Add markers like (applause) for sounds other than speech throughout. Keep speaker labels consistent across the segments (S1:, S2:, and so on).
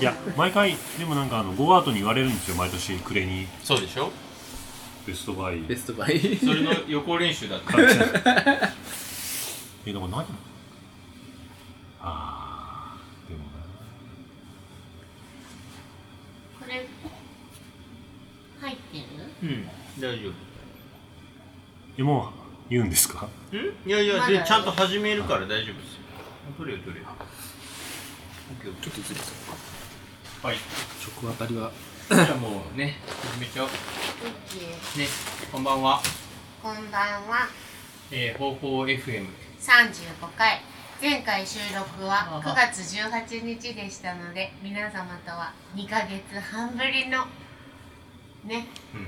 S1: いや毎回でもなんかあのゴーアートに言われるんですよ毎年暮れに
S2: そうでしょ
S1: ベストバイ
S3: ベストバイ
S2: それの予行練習だった
S1: 感じえだから何あーでも
S4: これ入ってる
S2: うん大丈夫
S1: なでも言うんですか
S2: んいやいや、
S4: まだ
S2: でちゃんと始めるから大丈夫ですよ。取れよ取れよ。オッケーオッケ
S3: ちょっとずれちゃっ
S2: ー。はい。
S3: た直当たりは
S2: (coughs) じゃあもうね、始めちゃおう。
S4: オッケー
S2: ね、こんばんは。
S4: こんばんは
S2: えー、方法 FM。
S4: 35回前回収録は9月18日でしたので皆様とは2ヶ月半ぶりのね
S2: うん。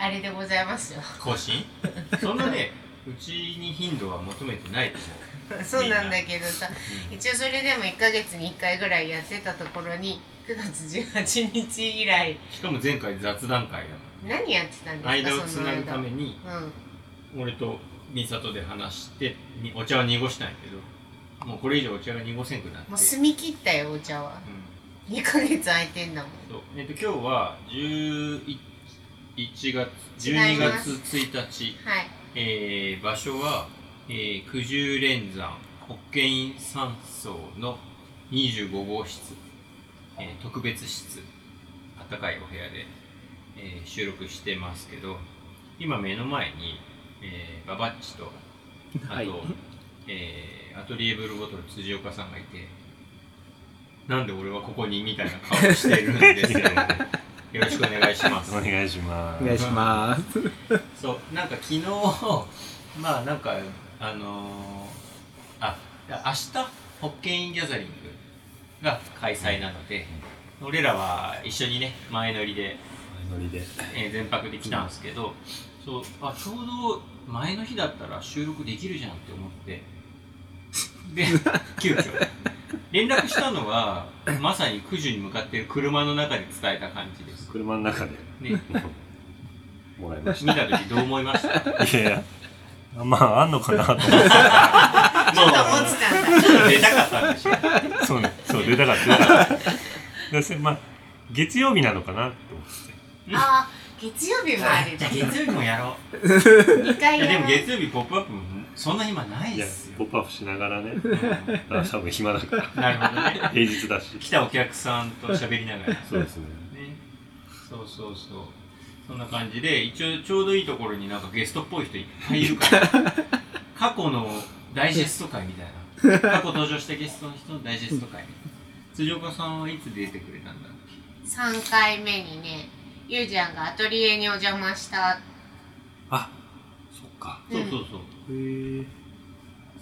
S4: あれでございますよ
S2: 更 (laughs) 新そんなね、うちに頻度は求めてないと思
S4: そうなんだけどさ
S2: う。
S4: 一応それでも1ヶ月に1回ぐらいやってたところに9月18日以来
S2: うんしかも前回雑談会だも
S4: 何やってたん
S2: ん。間
S4: です
S2: を
S4: か
S2: つ
S4: その
S2: なぐ
S4: 間
S2: た
S4: うん
S2: めに、俺と美里で話して、にお茶は濁したんやけど、もうこれ以上お茶が濁せんくなって。
S4: もう澄み切ったよお茶は
S2: うん
S4: 2ヶ月空いてんだもん
S2: そうえっと今日は11 1月
S4: 違い
S2: 12
S4: ます
S2: 月1日、
S4: はい
S2: えー場所は、えー九十連山保健院山荘の25号室、えー特別室あったかいお部屋で、えー収録してますけど今目の前に、えーババッチとあと、
S3: はい
S2: えーアトリエブルボトル辻岡さんがいてなんで俺はここにみたいな顔をしているんです
S3: (laughs)
S2: よ、ね、よろしくお願いします
S1: お願いします
S3: お願いします
S2: そうなんか昨日 (laughs) まあなんかあのー、あ明日ホッケインギャザリングが開催なので、俺らは一緒にね前乗りで、
S1: ノリで
S2: えー全泊で来たんですけど、そうあちょうど前の日だったら収録できるじゃんって思って
S1: (laughs)
S2: で急遽連絡したのはまさに九時に向かってる車の中で伝えた感じです
S1: 車の中で
S2: ね
S1: もらいまし
S2: 見た時どう思いまし
S1: (laughs)
S2: た
S1: たいやいやあまああんの
S2: (laughs)
S1: かなと思って
S4: ちょっと思ってたんだ
S2: 出たかったんでしょ
S1: そうね、そう、出たかった出たかった。で、せまあ、月曜日なのかなって思って
S4: あー月曜日もあれ
S2: じ
S4: だ
S2: ゃあ月曜日もやろ
S4: 2
S2: う。
S4: 回
S2: いやで
S4: や
S2: も
S4: る
S2: 月曜日ポップアップもそんな暇ない
S1: い
S2: で
S1: や
S2: す、よ
S1: ポ。ップアップしなが
S2: (laughs)
S1: らね、
S2: うん
S1: あ多分暇だから、
S2: なるほどね。
S1: 平日だし。
S2: (laughs) 来たお客さんと喋りながら。ね。
S1: そうですね。
S2: そうそうそう。そんな感じで、一応ちょうどいいところになんかゲストっぽい人いっぱいいるから、過去のダイジェスト会みたいな。過去登場したゲストの人のダイジェスト会みたいな。辻岡さんはいつ出てくれたんだっ
S4: 3回目にねゆうちゃんがアトリエにお邪魔した
S1: あ、そっか。
S2: け、そうそうそう。
S3: へー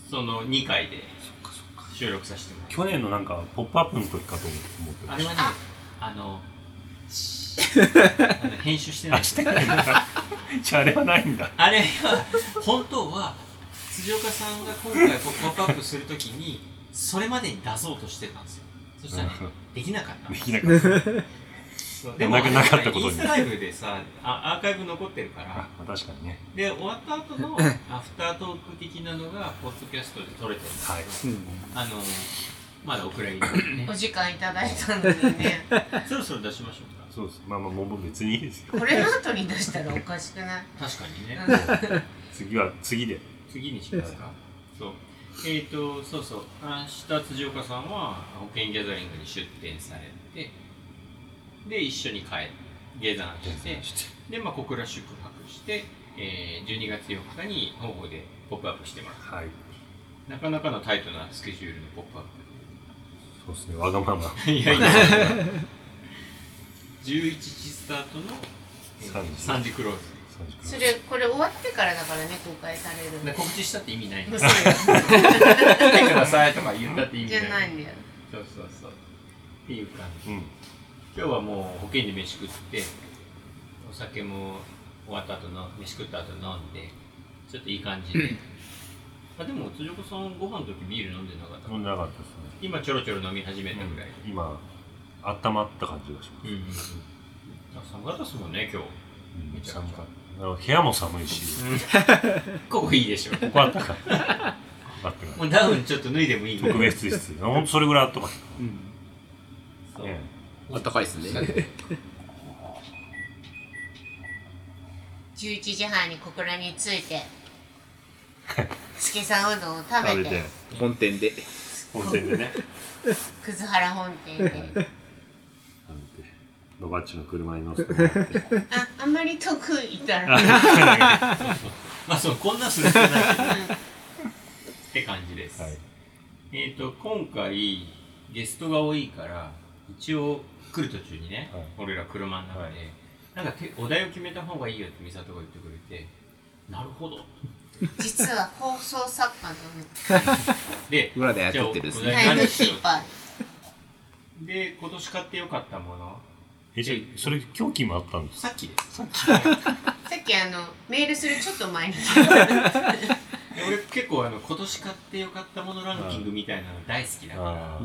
S2: その2回で
S1: そっかそっか。
S2: 収録させてもらった
S1: 去年のなんか、ポップアップの時かと思って
S2: あ
S1: ま
S2: れ
S1: し
S2: はね、あの、あの編集して
S1: た。
S2: な
S1: あ、
S2: い。
S1: してないんだ。じゃあ、あれはない (laughs) んだ。
S2: あれは、本当は、辻岡さんが今回こうポップアップするときに、それまでに出そうとしてたんですよ。そしたらね、できなかった
S1: で。きなかった。 (laughs)
S2: そう
S1: ななかったことに
S2: インスタライブでさあ、アーカイブ残ってるから
S1: あ、まあ、確かにね。
S2: で、終わった後のアフタートーク的なのが、ポッドキャストで撮れてるんです
S1: はい。
S3: うん
S2: あの、まだお蔵入りなんで
S4: お
S1: (laughs)
S2: ね。
S4: 時間いただいたので
S2: (laughs)
S4: ね
S2: そろそろ出しましょう
S1: そうです。まあまあ、もう別にいいですよ。
S4: これの後に出したらおかしくない
S2: か。確かにね。
S1: 次は、次で。
S2: 次にしますかそうえっ、とそうそう明日辻岡さんは保険ギャザリングに出店されてで一緒に帰って下山してで、まあ、小倉宿泊して、えー12月4日に方法でポップアップしてます
S1: はい。
S2: なかなかのタイトなスケジュールのポップアッ
S1: そうですね。わがまま。
S2: プいやいや11時スタートの、えー
S1: 3時
S2: 3時クロー
S4: それこれ終わってからだからね公開される
S2: ズで
S4: の
S2: 告知したって意味 (laughs) ないんだ
S4: 嘘よ
S2: 来てくださいとか言ったって意味 (laughs)
S4: じゃ
S2: な
S4: ないいんだよ
S2: そうそうそうっていう感じ
S1: うん。
S2: 今日はもう保険で飯食ってお酒も終わった後の飯食った後飲んでちょっといい感じ (laughs) であでも辻岡さんご飯の時ビール飲んでなかった
S1: 飲んでなかったですね。
S2: 今ちょろちょろ飲み始めたぐらい、
S1: 今温まった感じがしま
S2: うんうんうん、寒かったですもんね今日め
S1: す、
S2: ちゃくちゃ
S1: あの部屋も寒いし
S2: ここいいでしょ
S1: ここあったかいここあったかい
S2: もうダウンちょっと脱いでもいいぐらい
S1: 特別室ほんとそれぐらいあったかい
S3: うん
S2: そう、
S1: うん
S3: あったかいですね。
S4: 11時半に小倉に着い
S2: (laughs)
S4: て助さんうどんを食
S1: 食
S4: べて
S1: べて
S3: 本店で。
S1: 温泉でね
S4: 葛原本店
S1: 食
S4: で
S1: べてロバッチの車に乗せてもらって (laughs)
S4: ああんまり得意だ
S2: (laughs)
S4: ろ
S1: は
S2: まあそうこんなする必要ないけどって感じです、
S1: い
S2: えっ、と今回ゲストが多いから一応来る途中にね、
S1: はい
S2: 俺ら車の中で、
S1: はい
S2: なんかてお題を決めた方がいいよって美里が言ってくれてなるほど
S4: 実は放送作家
S2: で
S3: 裏で操ってるんです
S4: の
S2: え
S4: タ
S3: ね。
S4: イ
S2: 何
S4: ム
S2: し
S4: キ
S2: よう
S4: ーパ
S2: で今年買ってよかったもの
S1: えじゃあそれ狂気もあったんです
S2: さっきですさっき
S4: ーさっきあのメールするちょっと
S1: (laughs)
S4: 前に
S2: で俺結構あの今年買ってよかったものランキングみたいなの大好きだから、
S1: あ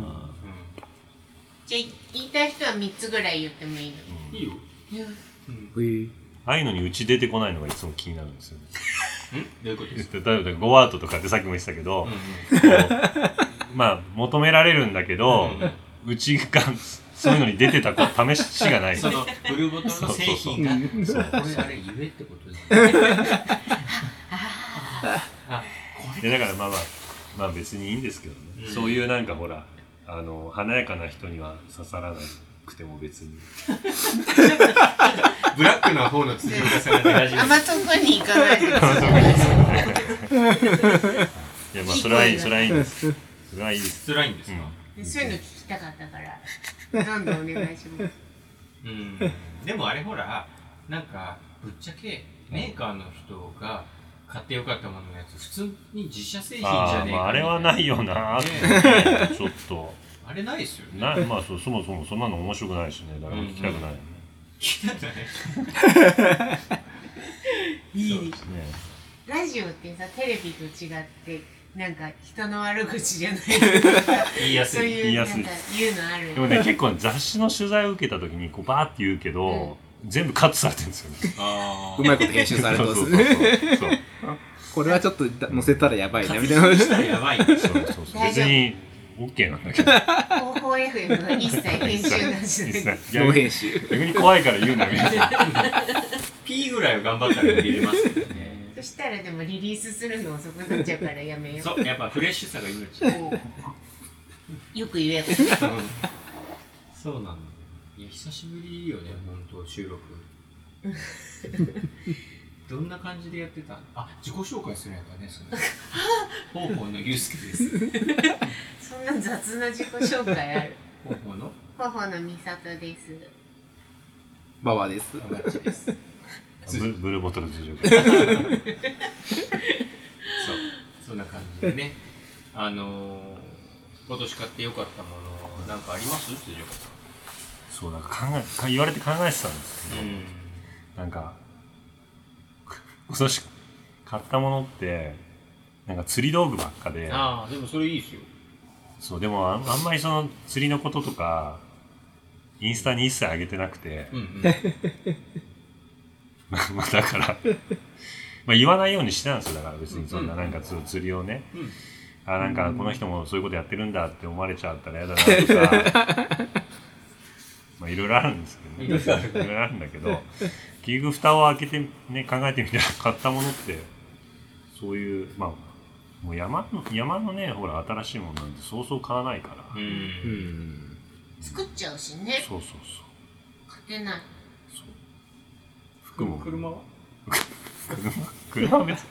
S4: じゃあ言いたい人は3つぐらい言ってもいいの
S1: ー
S2: うんいいよ、
S4: いや
S2: うん、
S3: へえ
S1: ああいうのにうち出てこないのがいつも気になるんですよね
S2: どういうことですか、
S1: 例えば5アートとかってさっきも言ってたけど、 (laughs)
S2: うんうん
S1: こうまあ求められるんだけど、
S2: うんうん
S1: うちがそういうのに出てたこ試しがない
S2: そのブルボトルの製品が
S1: そう
S2: これあれゆえってことですねあ
S1: いやだからまあまあまあ別にいいんですけどね、
S2: うん
S1: そういうなんかほらあの華やかな人には刺さらなくても別に
S2: ブラックの方の辻岡さんが出始め
S4: あんま遠くに行かないでください
S1: いやまあそれはいいそれはいいですそれはいい (laughs) です
S2: 辛いんですか
S4: でそういうの聞きたかったからどんどんお願いします
S2: うんでもあれほらなんかぶっちゃけメーカーの人が買ってよかったもののやつ普通に自社製品じ
S1: あ
S2: ゃ
S1: あ
S2: ねえ
S1: ま
S2: か
S1: ああれはないよなー
S2: ね
S1: って、ちょっと
S2: あれないですよね
S1: なまあそそもそもそんなの面白くないしね誰も聞きたくないよね、
S2: 聞いたんだね
S4: い
S1: そうですね
S4: ラジオってさテレビと違ってなんか人の悪口
S1: (laughs)
S4: じゃない
S2: 言いやす
S4: そう
S2: い
S4: いうなんか言
S1: 言いや
S4: うのある
S1: でもね結構雑誌の取材を受けた時にこうバーって言うけど、全部カットされてるんですよね
S2: あ
S3: うまいこと編集されてま
S1: そう
S3: す
S1: そうそう
S3: ね。
S1: そう
S3: これはちょっと載せたらやばいな、みたいな。
S2: 活したらやばいね
S1: そうそうそう別に OK なんだけど
S4: 方法 FM は一切編集な
S1: (laughs)
S4: しで
S1: 逆
S3: ノー
S1: に
S3: 編集。
S1: 逆に怖いから言うなみたいな
S2: P ぐらいは頑張ったら入れますけどね
S4: (laughs) そしたらでもリリースするの遅くなっちゃうからやめよ
S2: そうやっぱフレッシュさが命
S4: うよく言えよ
S2: そうなんだよいや久しぶりよね本当収 (laughs) 録どんな感じでやってたあ自己紹介するんやったねそ (laughs) の方法のゆうすけです
S4: そんな雑な自己紹介 (laughs) ある
S2: 方法の
S4: 頬の美里です
S3: ババアです。
S2: あマッチですそう
S1: ブブルーボトル事情から
S2: そんな感じでねあのー、今年買ってよかったものなんかありますってよかっ
S1: そうなんか考えか言われて考えてたんですけ
S2: た
S1: ど、
S2: うん
S1: なんか今年買ったものってなんか釣り道具ばっかで
S2: ああでもそれいいですよ
S1: そうでもあんあんまりその釣りのこととかインスタに一切上げてなくて、
S2: うんうん
S1: まあだからまあ言わないようにしてたんですよだから別にそんななんかつ釣りをね、
S2: うん
S1: あなんかこの人もそういうことやってるんだって思われちゃったら嫌だなとかまあいろいろあるんですけどね
S2: いろいろあ
S1: いろいろあるんだけど結局蓋を開けてね考えてみたら買ったものってそういうまあもう山の山のねほら新しいものなんてそうそう買わないから、
S2: う
S3: うんん。
S4: 作っちゃうしね
S1: そうそうそう
S4: 勝てない
S1: そう服も
S2: 車は
S1: 車車は別に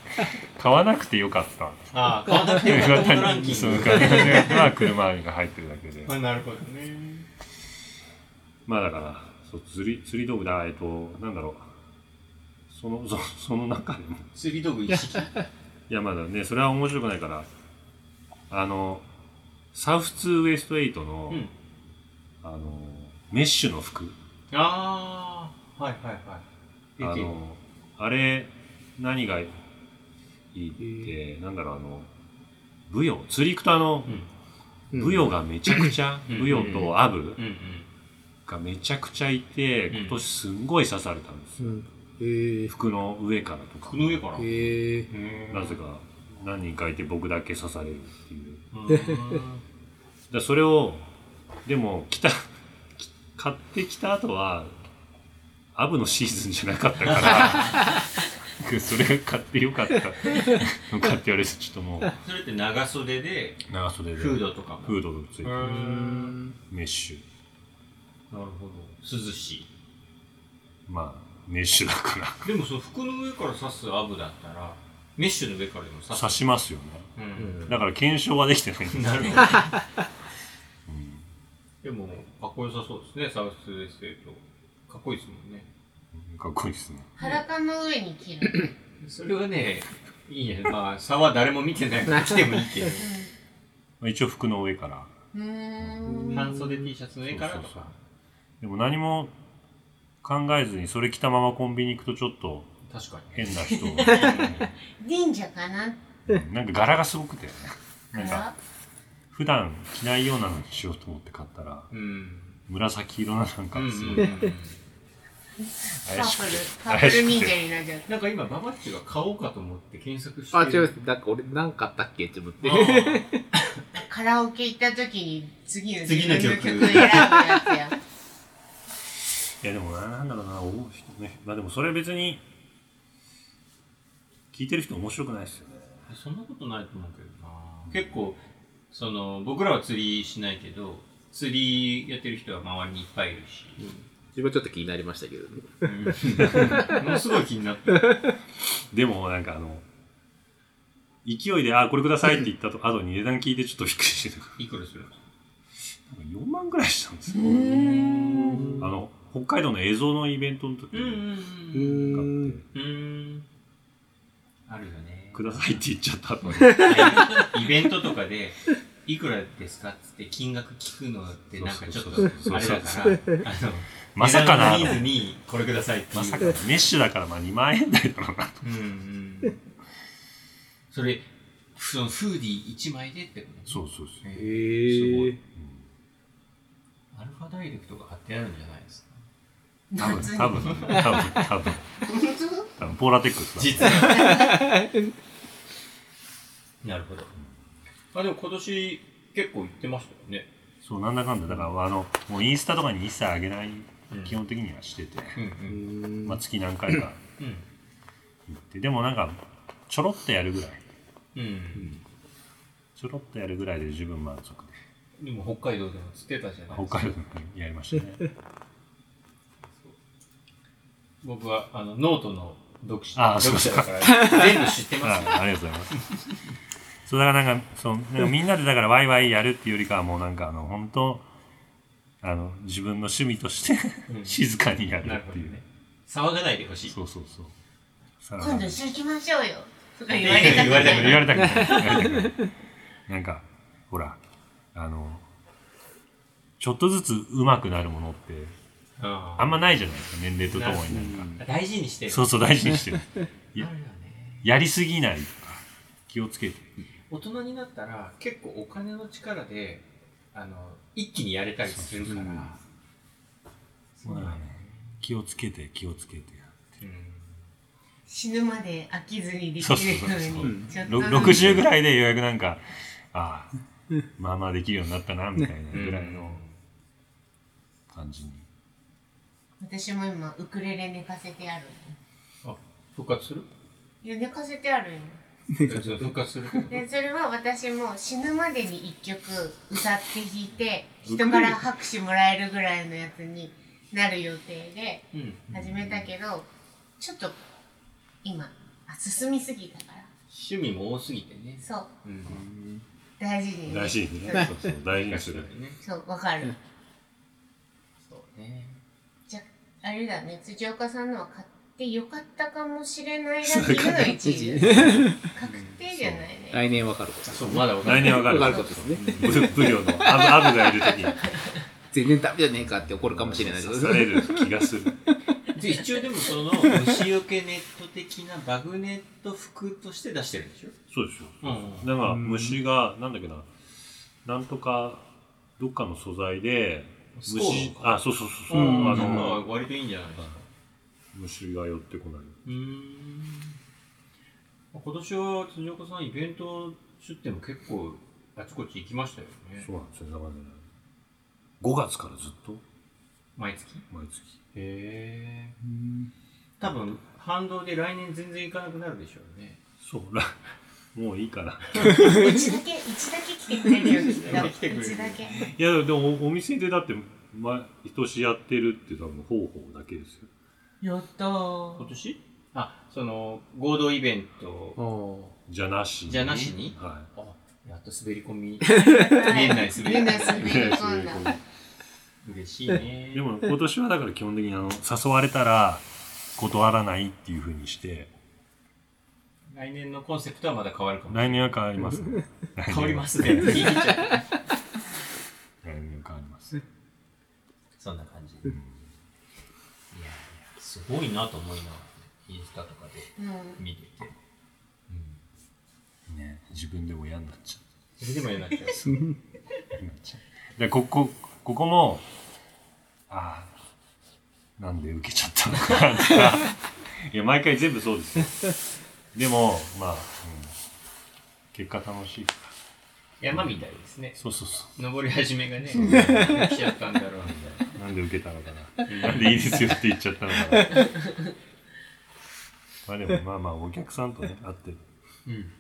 S1: 買わなくてよかった
S2: ああ買わなくてよかったものランキング
S1: そう買わなくてよかったのは車が入ってるだけで
S2: あなるほどね
S1: まあだから、そう釣り釣り道具だ、えっと、なんだろう、そのそその中でも、
S2: 釣り道具一式
S1: いやまだね、それは面白くないから、あの、サウフツーウエストエイトの、
S2: うん
S1: あの、メッシュの服、
S2: ああはいはい
S1: あ
S2: はい
S1: の、あれ、何がいいって、なんだろう、あの、舞踊、釣り行くとあの、
S2: うん
S1: 舞踊がめちゃくちゃ、
S2: うん
S1: 舞踊とアブ
S2: うんうん
S1: がめちゃくちゃいて、
S2: うん
S1: 今年すんごい刺されたんですよ。
S3: うん。ええ。
S1: 服の上からとか。
S2: 服の上から
S3: ええ。
S1: なぜか何人かいて僕だけ刺されるっていう。
S2: うん
S1: だそれを、でも、来た、買ってきた後はアブのシーズンじゃなかったから
S2: (laughs)
S1: それが買ってよかったのかって言われるとちょっともう
S2: (laughs) それって長袖で
S1: 長袖で
S2: フードとかも
S1: フードがついて
S2: う
S1: る
S2: ーん
S1: メッシュ
S2: なるほど涼しい
S1: まあメッシュだから
S2: でもその服の上から刺すアブだったらメッシュの上からでも刺す
S1: 刺しますよね
S2: う、
S3: うんん
S1: だから検証はできてないんです
S2: (laughs) な
S1: よ
S2: るほどでもかっこよさそうですねサウスウェステとかっこいいですもんね
S1: かっこいいですね
S4: 裸の上に着る。
S2: それはねいいね (laughs) まあ差は誰も見てないから着てもいいけど
S1: まあ一応服の上から
S4: うん。うーん。
S2: (laughs) 半袖 T シャツの上からとか
S1: そうそうそうでも何も考えずにそれ着たままコンビニ行くとちょっと
S2: 確か
S1: 変な
S2: (laughs)
S1: 人
S4: 忍者かな
S1: うんなんか柄がすごくてなんか
S4: か
S1: 普段着ないようなのにしようと思って買ったら
S2: にうん
S1: 紫色のなん
S2: う
S1: か
S2: んうん
S1: す
S2: う
S1: ごい
S2: ん
S4: パ
S1: 怪し
S4: ープ
S1: くて
S4: ル、パープル忍者になっちゃっ
S2: なんか今ババッチが買おうかと思って検索して
S3: あ、違います。なんか俺、なんかあったっけって思って。
S2: あー
S4: た。カラオケ行った時に次の
S2: 次の曲
S4: 選ぶやつや。
S1: いやでもななんだろうな思う人ねまあでもそれ別に聞いてる人面白くないですよね
S2: (laughs) そんなことないと思うけどな結構その僕らは釣りしないけど釣りやってる人は周りにいっぱいいるし、
S3: 自分はちょっと気になりましたけどね。
S2: ものすごい気になった。
S1: でもなんかあの勢いで「あこれください」って言ったと後に値段聞いてちょっとびっくりしてた
S2: いくらするの
S1: なんか4万ぐらいしたんですよ、
S4: うん。
S1: あの北海道の映像のイベントの時
S2: うん
S1: に
S3: う
S2: うん
S1: 買って、
S3: ーん。
S2: うん。うん。あるよね。
S1: くださいって言っちゃった
S2: (laughs)
S1: 後に
S2: イベントとかで、いくらですかっつって金額聞くのってなんかちょっと
S1: そうそうそう
S2: あれだから、あの、
S1: まさかな
S2: 値段のニーズにこれくださいっていう。
S1: まさかメッシュだからまあ2万円台だろうなと
S2: うんうん。それ、そのフーディー1枚でってこと
S1: そうそうそう
S2: え
S3: え
S2: ー
S3: ー。
S2: アルファダイレクトが貼ってあるんじゃないですか。
S1: (laughs) 多分多分多分多分多分ポーラテックスだ
S2: 実は (laughs) なるほどあでも今年結構行ってましたよね
S1: そうなんだかんだだからあのもうインスタとかに一切上げない
S2: うん
S1: 基本的にはしてて、
S2: うんう
S3: うんーん
S1: まあ、月何回か
S2: うん
S1: 行ってでもなんかちょろっとやるぐらい
S2: うん、
S1: ちょろっとやるぐらいで十分満足で
S2: でも北海道でも釣ってたじゃないですか
S1: 北海道にやりましたね
S2: 僕はあのノートの読者
S1: あー
S2: 読
S1: そう
S2: 者
S1: か
S2: だから全部知って
S1: (laughs)
S2: ますよ
S1: あありがとうございますそうだからなんかそうなんかみんなでだからワイワイやるっていうよりかはもうなんかあの本当あの自分の趣味として (laughs)
S2: うん
S1: 静かにやる
S2: なる
S1: っ
S2: ほ
S1: て
S2: ど
S1: いう、
S2: ね騒がないでほしい
S1: そうそうそうさあ
S4: 今度一緒に行きましょうよ。とか言われたく
S2: 言われ
S4: な
S2: たくないい。
S1: 言われたくない言われたくないなんかほらあのちょっとずつ上手くなるものって
S2: あ
S1: あんまないじゃないですか年齢とともになんか
S2: 大事にしてる
S1: そうそう大事にしてる
S2: あるよね
S1: (laughs) やりすぎないとか気をつけて
S2: 大人になったら結構お金の力であの一気にやれたりするから
S1: そうだね気をつけて気をつけて
S2: うん
S4: 死ぬまで飽きずにできるよ
S1: そう
S4: う
S1: そう
S4: に。ちょっと
S1: ろ60ぐらいでようやくなんかああまあまあできるようになったなみたいなぐらいの感じに
S4: 私も今、ウクレレ寝かせてある。
S2: あ復活する
S4: いや、寝かせてあるよ。
S2: (laughs) 復活す
S1: (laughs)
S2: る
S4: でそれは私も死ぬまでに一曲歌って弾いて人から拍手もらえるぐらいのやつになる予定で
S2: うん
S4: 始めたけどちょっと今あ進みすぎたから
S2: 趣味も多すぎてね
S4: そう
S2: うん
S4: 大事に、ね、
S1: 大事にねそうそう大事にする
S2: ね
S4: そうわかる
S2: そうね
S4: じゃああれだね辻岡さんのは買ってよかったかもしれないラ (laughs) ンキングの1位だね確定じゃないね
S3: 来年わかること。
S2: そうまだわかんな
S1: 来
S2: い
S1: 年わか
S3: わ
S1: る
S3: かることですね。
S1: ブブリオのアブアブがいる時に
S3: 全然ダメじゃねえかって怒るかもしれないです
S1: 刺。される気がする
S2: で一応でもその虫除けネット的なバグネット服として出してるんでしょ
S1: そうですよ
S2: うん
S1: なんか虫がなんだっけななんとかどっかの素材で
S2: スコーン
S1: 虫
S2: とか
S1: あそうそうそうそう
S2: あ
S1: あの
S2: の割といいんじゃないですか
S1: 虫が寄ってこない
S2: うん今年は辻岡さんイベント出店も結構あちこち行きましたよね
S1: そうなんですよだからね5月からずっと
S2: 毎月
S1: 毎月
S2: へえ多分反動で来年全然行かなくなるでしょうね
S1: そうらもう (laughs) いいから
S4: うちだけ、うちだけ来てくれるように (laughs) なった。う
S2: 来てくれる
S4: ちだけ。
S1: いやでもおお店でだって毎年やってるって多分方法だけですよ
S4: やったー
S2: 今。年あその合同イベント
S1: じゃなし
S2: じゃなしに
S1: は
S2: あやっと滑り込 (laughs) み
S4: 年
S2: 年内滑り込んだ
S4: 内
S1: い
S4: 滑り込んだ。
S2: 嬉しいね
S1: でも今年はだから基本的にあの誘われたら断らないっていうふうにして
S2: 来年のコンセプトはまだ変わるかも
S1: 来年は変わりますね
S2: (laughs) 変わります (laughs) ね言い切っちゃっ
S1: 来
S2: た
S1: 年は変わります
S2: そんな感じでいやいやすごいなと思いながらねインスタとかで
S4: うん。
S2: 見てて、うん、
S1: ね自分でも嫌になっちゃう
S2: それでも嫌になっちゃう
S1: でここここもああなんで受けちゃったのかなと (laughs) かいや毎回全部そうですよでもまあ、うん結果楽しい
S2: (laughs) 山みたいですね
S1: そうそうそ
S2: 登り始めがね来ちゃったんだろうみたいう
S1: なんで受けたのかななんでいいですよって言っちゃったのか (laughs) なまあでもまあまあお客さんとね会って
S2: なうん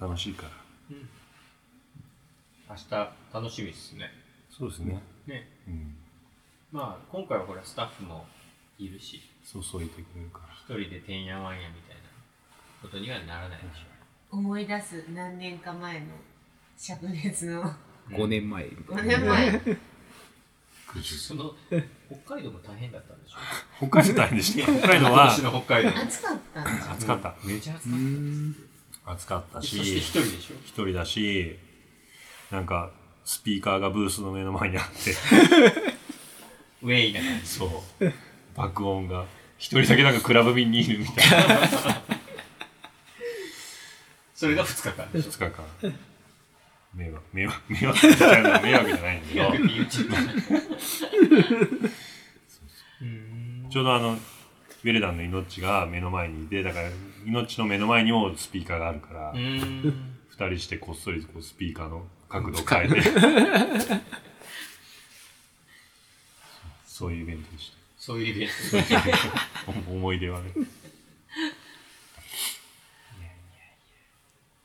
S1: 楽しいから
S2: (laughs) 明日楽しみですね
S1: そうですね
S2: ね
S1: うん
S2: まあ今回はほらスタッフもいるし
S1: そうそういてくれるから
S2: 一人でてんやわんやみたいなことにはならないでし
S4: 思い出す何年か前の灼熱の
S2: ょ
S3: 5年前みたい
S4: 5
S3: な
S4: 年前
S2: その北海道も大変だったんでしょ
S1: 北海道大変でした北海道
S2: 今
S1: は
S2: 年の北海道
S4: 暑かったんじゃん
S1: 暑かった
S2: めちゃ暑
S3: う
S2: かっ
S3: ん
S1: た暑かった
S2: た
S1: し
S2: しそして一人でしょ
S1: 一人だし、なんか、スピーカーがブースの目の前にあ
S2: (laughs)
S1: って、
S2: ウェイな感じ
S1: そう、爆音が、一人だけなんかクラブ便にいるみたいな、
S2: それが2日間でしょ
S1: (laughs) 2日間。迷惑、迷惑、迷惑みたいな迷惑じゃないんだけど、 (laughs)
S2: うん
S1: ちょうどあの、ウェルダンの命が目の前にいて、だから、命の目の前にもスピーカーがあるから、
S2: う
S1: 二
S2: ん
S1: 人してこっそりこうスピーカーの角度を変え
S2: (laughs)
S1: て、そういうイベントでした。
S2: そういうイベント
S1: 思い出はね。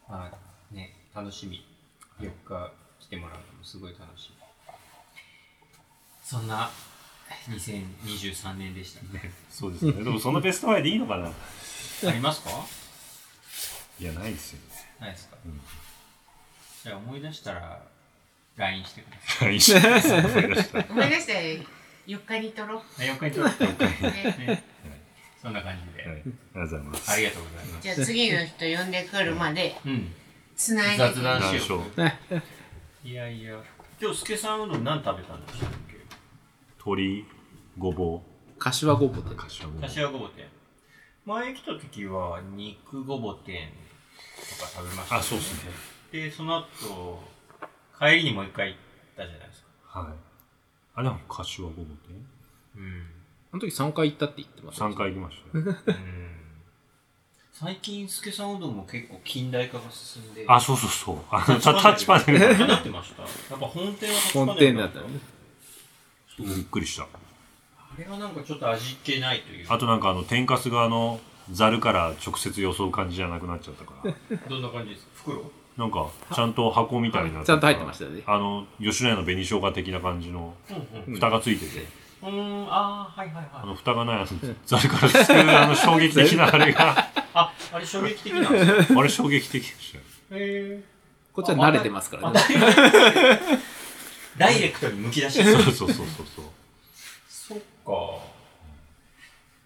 S2: まあね、楽しみ。4日来てもらうのもすごい楽しみ。そんな2023年でした
S1: (laughs)
S2: ね。
S1: そうですね。でもそのベストバイでいいのかな
S2: ありますか
S1: いや、ないですよね。
S2: ないですか、
S1: うん
S2: じゃあ思い出したら LINE してくだ
S1: (laughs) 一緒です思い出した。
S4: 思い出して4日に撮ろ
S2: さい。あ、4日に撮っておく
S4: う、ね、
S2: ね。そんな感じで、
S1: はい。ありがとうございます。
S2: ありがとうございます。
S4: じゃあ次の人呼んでくるまで
S2: うん。
S4: つないで
S2: 雑談
S1: 談
S2: し
S1: し
S2: よ
S1: よ
S2: う。いやいや。今日、助さんうどん何食べたんでしたっ
S1: 鳥、ごぼ
S3: 柏ごぼう
S1: う、
S3: と
S1: か
S3: か
S1: しわご
S2: け
S1: ぼう。
S2: 柏ごぼ天。前来た時は肉ごぼ天とか食べました、
S1: あ、そうですね。
S2: で、その後、帰りにもう一回行ったじゃないですか。
S1: はい。あ、でも、かしわごぼうね。
S2: うん。
S3: あの時3回行ったって言ってました
S1: 3回行きましたね。
S2: 最近、助さんうどんも結構近代化が進んで。
S1: あ、そうそうそう。あの、タタッチパネル。 (laughs)
S2: どうなってましたやっぱ本店はタッチパネル
S3: 本店だったのね
S1: びっくりした。
S2: あれがなんかちょっと味気ないというか
S1: あとなんか、あの、天かすがあの、ざるから直接予想感じじゃなくなっちゃったから。
S2: どんな感じですか袋
S1: なんか、ちゃんと箱みたいにな
S3: ちゃんと入ってましたよね
S1: あの、吉野家の紅生姜的な感じの、
S2: うん
S1: 蓋がついてて。
S2: うん。うん、あー、はいはい
S1: あ
S2: はい。
S1: の、蓋がない、あのざるからすくう、あの、衝撃的なあれ
S2: (laughs)
S1: が、
S2: あ、あれ衝撃的なんですよ。
S1: あれ衝撃的でしたよ。
S2: へ
S3: こっちは慣れてますからね
S2: ー。ダイレクトにむき出して
S1: そうそうそうそうそう。
S3: (laughs)
S2: そっか。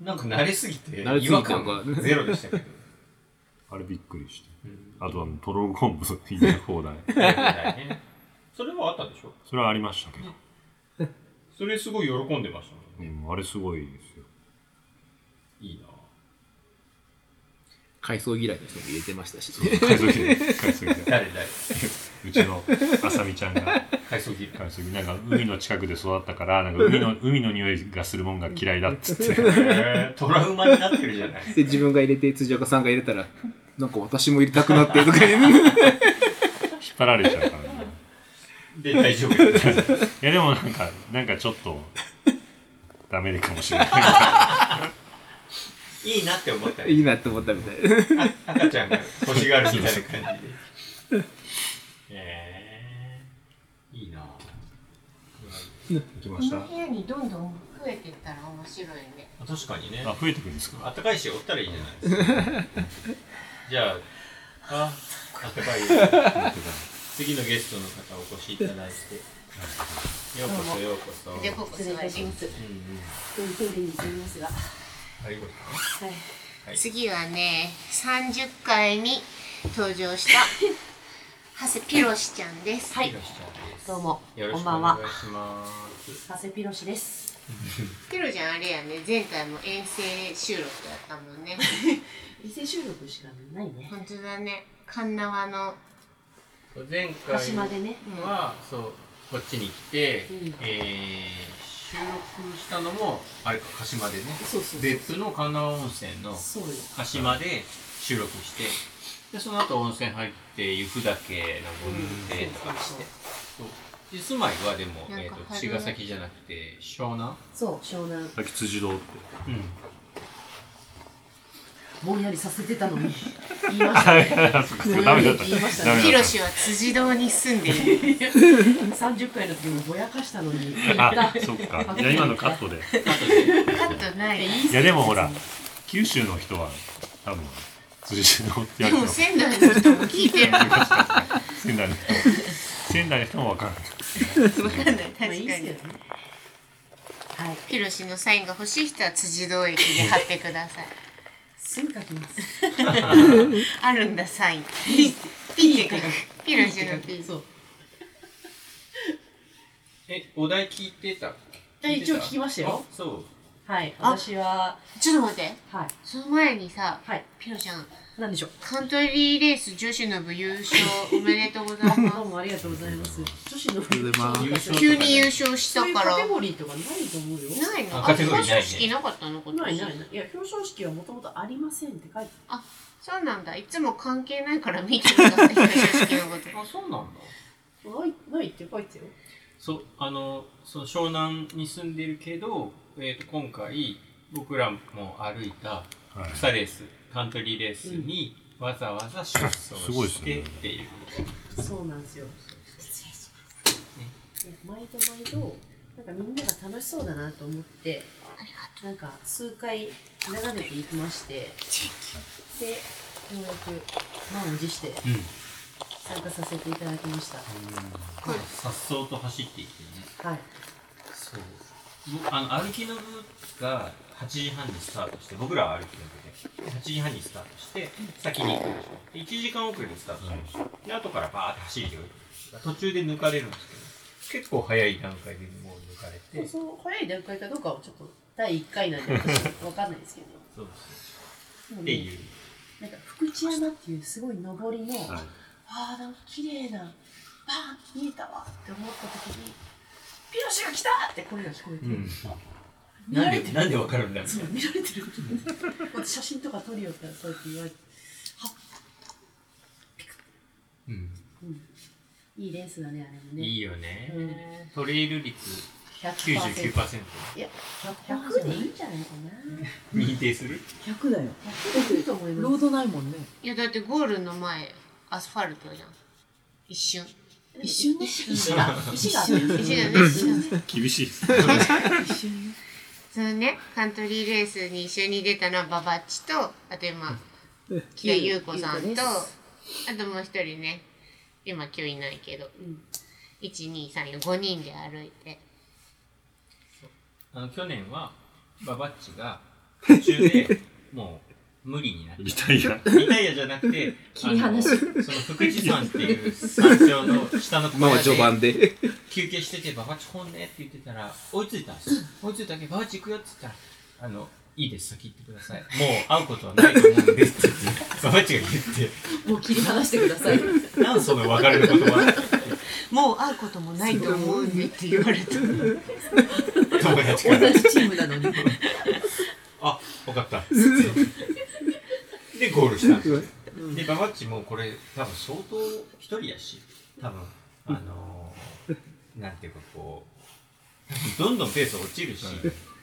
S2: なんか慣れすぎて、
S3: 慣れすぎて
S2: 違和感がゼロでしたけ (laughs) ど。
S1: あれびっくりして。
S2: うん
S1: あとあの、とろろ昆布入れ放題。
S2: それはあったでしょ
S1: それはありましたけど。
S2: それすごい喜んでましたもん
S1: う
S2: ね。
S1: ん、あれすごいですよ。
S2: いいな
S3: 海藻嫌いの人も入れてましたし
S1: 海藻切り、海藻切り。
S2: 誰誰
S1: うちのあさみちゃんが
S2: 海藻切る
S1: 海藻切り、なんか海の近くで育ったから、なんか海
S2: (laughs)
S1: の、海の匂いがするもんが嫌いだっつって。
S2: へー (laughs) トラウマになってるじゃない。
S3: で自分が入れて辻岡さんが入れたらなんか私も入れたくなってとか言う
S1: 引っ張られちゃうからね。
S2: で、大丈夫。
S1: いやでもなんか、なんかちょっと、ダメかもしれない。
S2: (laughs) いいなって思
S3: (laughs)
S2: ったら
S3: いいなって思ったみたいな。
S2: 赤ちゃんが欲しがるみたいな感じで。 (laughs) えー、いいな
S1: 行きま
S4: こ
S1: し
S4: の
S1: た。
S4: 部屋にどんどん増えていったら面白いね
S2: あ確かにね。
S1: あ、増えてくるんですか
S2: あったかいし、おったらいいじゃないですか。じゃあ、あ、あったかいよ。次のゲストの方お越しいただいて。ようこそ、ようこそ。
S4: じゃあここ座ります
S2: うんうん。
S5: トイレに行きますが、は
S2: ありがと
S5: い、
S2: はい
S4: 次はね30回に登場した長谷ピロシちゃんです、
S5: は
S2: う。
S5: い
S2: いらっしゃいです
S5: どうも
S2: よろ
S5: こ
S2: し
S5: ん
S2: くお
S5: ばん
S2: 願
S5: はい
S2: します。
S5: 長谷ピロシです。
S4: ピロちゃんあれやね前回も遠征収録だったもんね
S5: 伊勢収録しかないね。
S4: 本当だね神奈川の
S2: 前回
S5: 鹿島でね、
S2: は、そうこっちに来て、
S5: うん
S2: えー収録したのもあれか鹿島でね
S5: そうそうそう
S2: 別の神奈川温泉の
S5: そうよ。
S2: 鹿島で収録してでその後温泉入って行くだけ登ってとかして、そうで住まいはでも、
S4: なん
S2: え
S4: か
S2: ー、と
S4: 春
S2: 茅ヶ崎じゃなくて湘南、
S5: そう湘南
S1: さっき辻堂って。
S5: ぼんやりさせてたのに言いましたね。
S1: あそっかダメだった。
S5: 言いましたね
S1: ダメ
S4: ピ
S1: だ
S4: ロ
S1: った。
S4: シは辻堂に住んでいる
S5: 三十回の時もぼやかしたのに言った。
S1: あ、そっか。じゃあ今のカットで。
S4: カットない
S1: いやでもほら、九州の人は多分、辻堂ってや
S4: で
S1: る
S4: も
S1: の。
S4: 仙台の人も聞いて (laughs) るわ
S1: 仙台の人も。仙台の人もわかる。
S4: かんない確か
S5: まあいいです
S4: に
S5: よね。はい、
S4: ピロシのサインが欲しい人は辻堂駅で貼ってください
S5: すぐ書きます。
S4: あるんだサイン (laughs) ピって書くピロシのピ
S5: そう。
S2: えお題聞いてた
S5: え
S2: てた
S5: 一応聞きましたよ
S2: あそう
S5: はい、
S4: あ
S5: 私は
S4: ちょっと待って
S5: はい
S4: その前にさ
S5: はい。
S4: ピロちゃん
S5: なんでしょう。
S4: カントリーレース女子の部優勝 (laughs) おめでとうござい
S5: ど
S4: ま
S5: うもありがとうございます。女子の
S3: りがとうございます
S2: 優勝
S4: す
S2: とかね
S4: 急に優勝した
S5: そういう
S4: か
S5: カ
S4: ら
S5: テゴリーとかないと思うよ。
S4: ないの
S2: あ
S4: あ
S2: カテゴリーないね
S4: 表彰式なかったの今
S5: ない
S4: 年
S5: ないない。いや、表彰式はもともとありませんって書いて
S4: そうなんだいつも関係ないから見てるんだって表彰式のこ
S2: あそうなんだ
S5: ない、ないって書いてよ。
S2: そうあのその湘南に住んでるけど、えー、と今回僕らも歩いた
S1: はい
S2: 草レース、カントリーレースにわざわざ出走
S1: すごいで
S2: し
S1: すね
S2: てっていう
S5: そうなんですよ。失礼します。毎度毎度、なんかみんなが楽しそうだなと思って、なんか数回眺めていきまして、で、ようやく満を持して
S2: うん
S5: 参加させていただきました。
S4: これ
S2: さっそうと走っていってね
S5: はい。
S2: そう僕あの歩きの部が8時半にスタートして僕らは歩きの部で8時半にスタートして先に行くんですよで1時間遅れでスタートしました、で後からバーって走りで途中で抜かれるんですけど結構早い段階でもう抜かれて
S5: でその早い段階かどうかはちょっと第1回 (laughs) なんで私わかんないですけど。
S2: そうそう
S5: でも
S2: っ
S5: ね
S2: ていう
S5: なんか福知山っていうすごい登りの、
S1: はい
S5: ああなんか綺麗なバーン見えたわって思った時にピロシが来たって声が聞こえて、見ら
S2: な
S5: れ
S2: ん
S5: て
S2: で
S5: る
S2: なんでわかるんだみたい
S5: そう見られてることになってこうやって写真とか撮るよってそうやって言われてはっ
S2: な、
S5: いいレースだねあれもね
S2: いいよ
S5: う
S2: ね
S5: ん
S2: トレイル率
S5: 100%
S2: 99%
S5: いや100でいいんじゃないか
S2: 認定する
S6: 100だよ
S5: な100でいいと思い
S6: ロ
S5: ま
S6: ー
S5: す
S6: ドないもんね
S4: といやだってゴールの前アスファルトじゃん一瞬
S6: 一瞬ね
S5: 石石が石が
S4: 一瞬だね一瞬
S1: 厳しいですね。
S6: 一瞬ね
S4: そのねカントリーレースに一緒に出たのはババッチとあと今木田優子さん
S6: 優子で
S4: と
S6: す
S4: あともう一人ね今今日いないけど、
S5: ん
S4: 1235人で歩いて
S2: あの去年はババッチが (laughs) 途中でもう無理になって
S1: リタイア。
S2: リタイアじゃなくて
S5: (laughs) 切り離し
S2: あのその福知山っていう山頂の下の小
S3: まあまあ
S2: 屋
S3: 序
S2: で
S3: 盤で。
S2: 休憩しててババッチ来んねって言ってたら追いついたんですよ追いついたけどババッチ行くよって言ったらあのいいです先行ってくださいもう会うことはないと思うんですって言ってババッチが言って
S5: もう切り離してください
S2: なんその別れる言葉
S4: もう会うこともないと思うんでって言われた
S2: 友達か
S5: 同
S2: ら
S5: じチームなのに
S2: あ分かったでゴールしたんですよでババッチもこれ多分相当一人やし多分あのー、なんていうかこうどんどんペース落ちるし、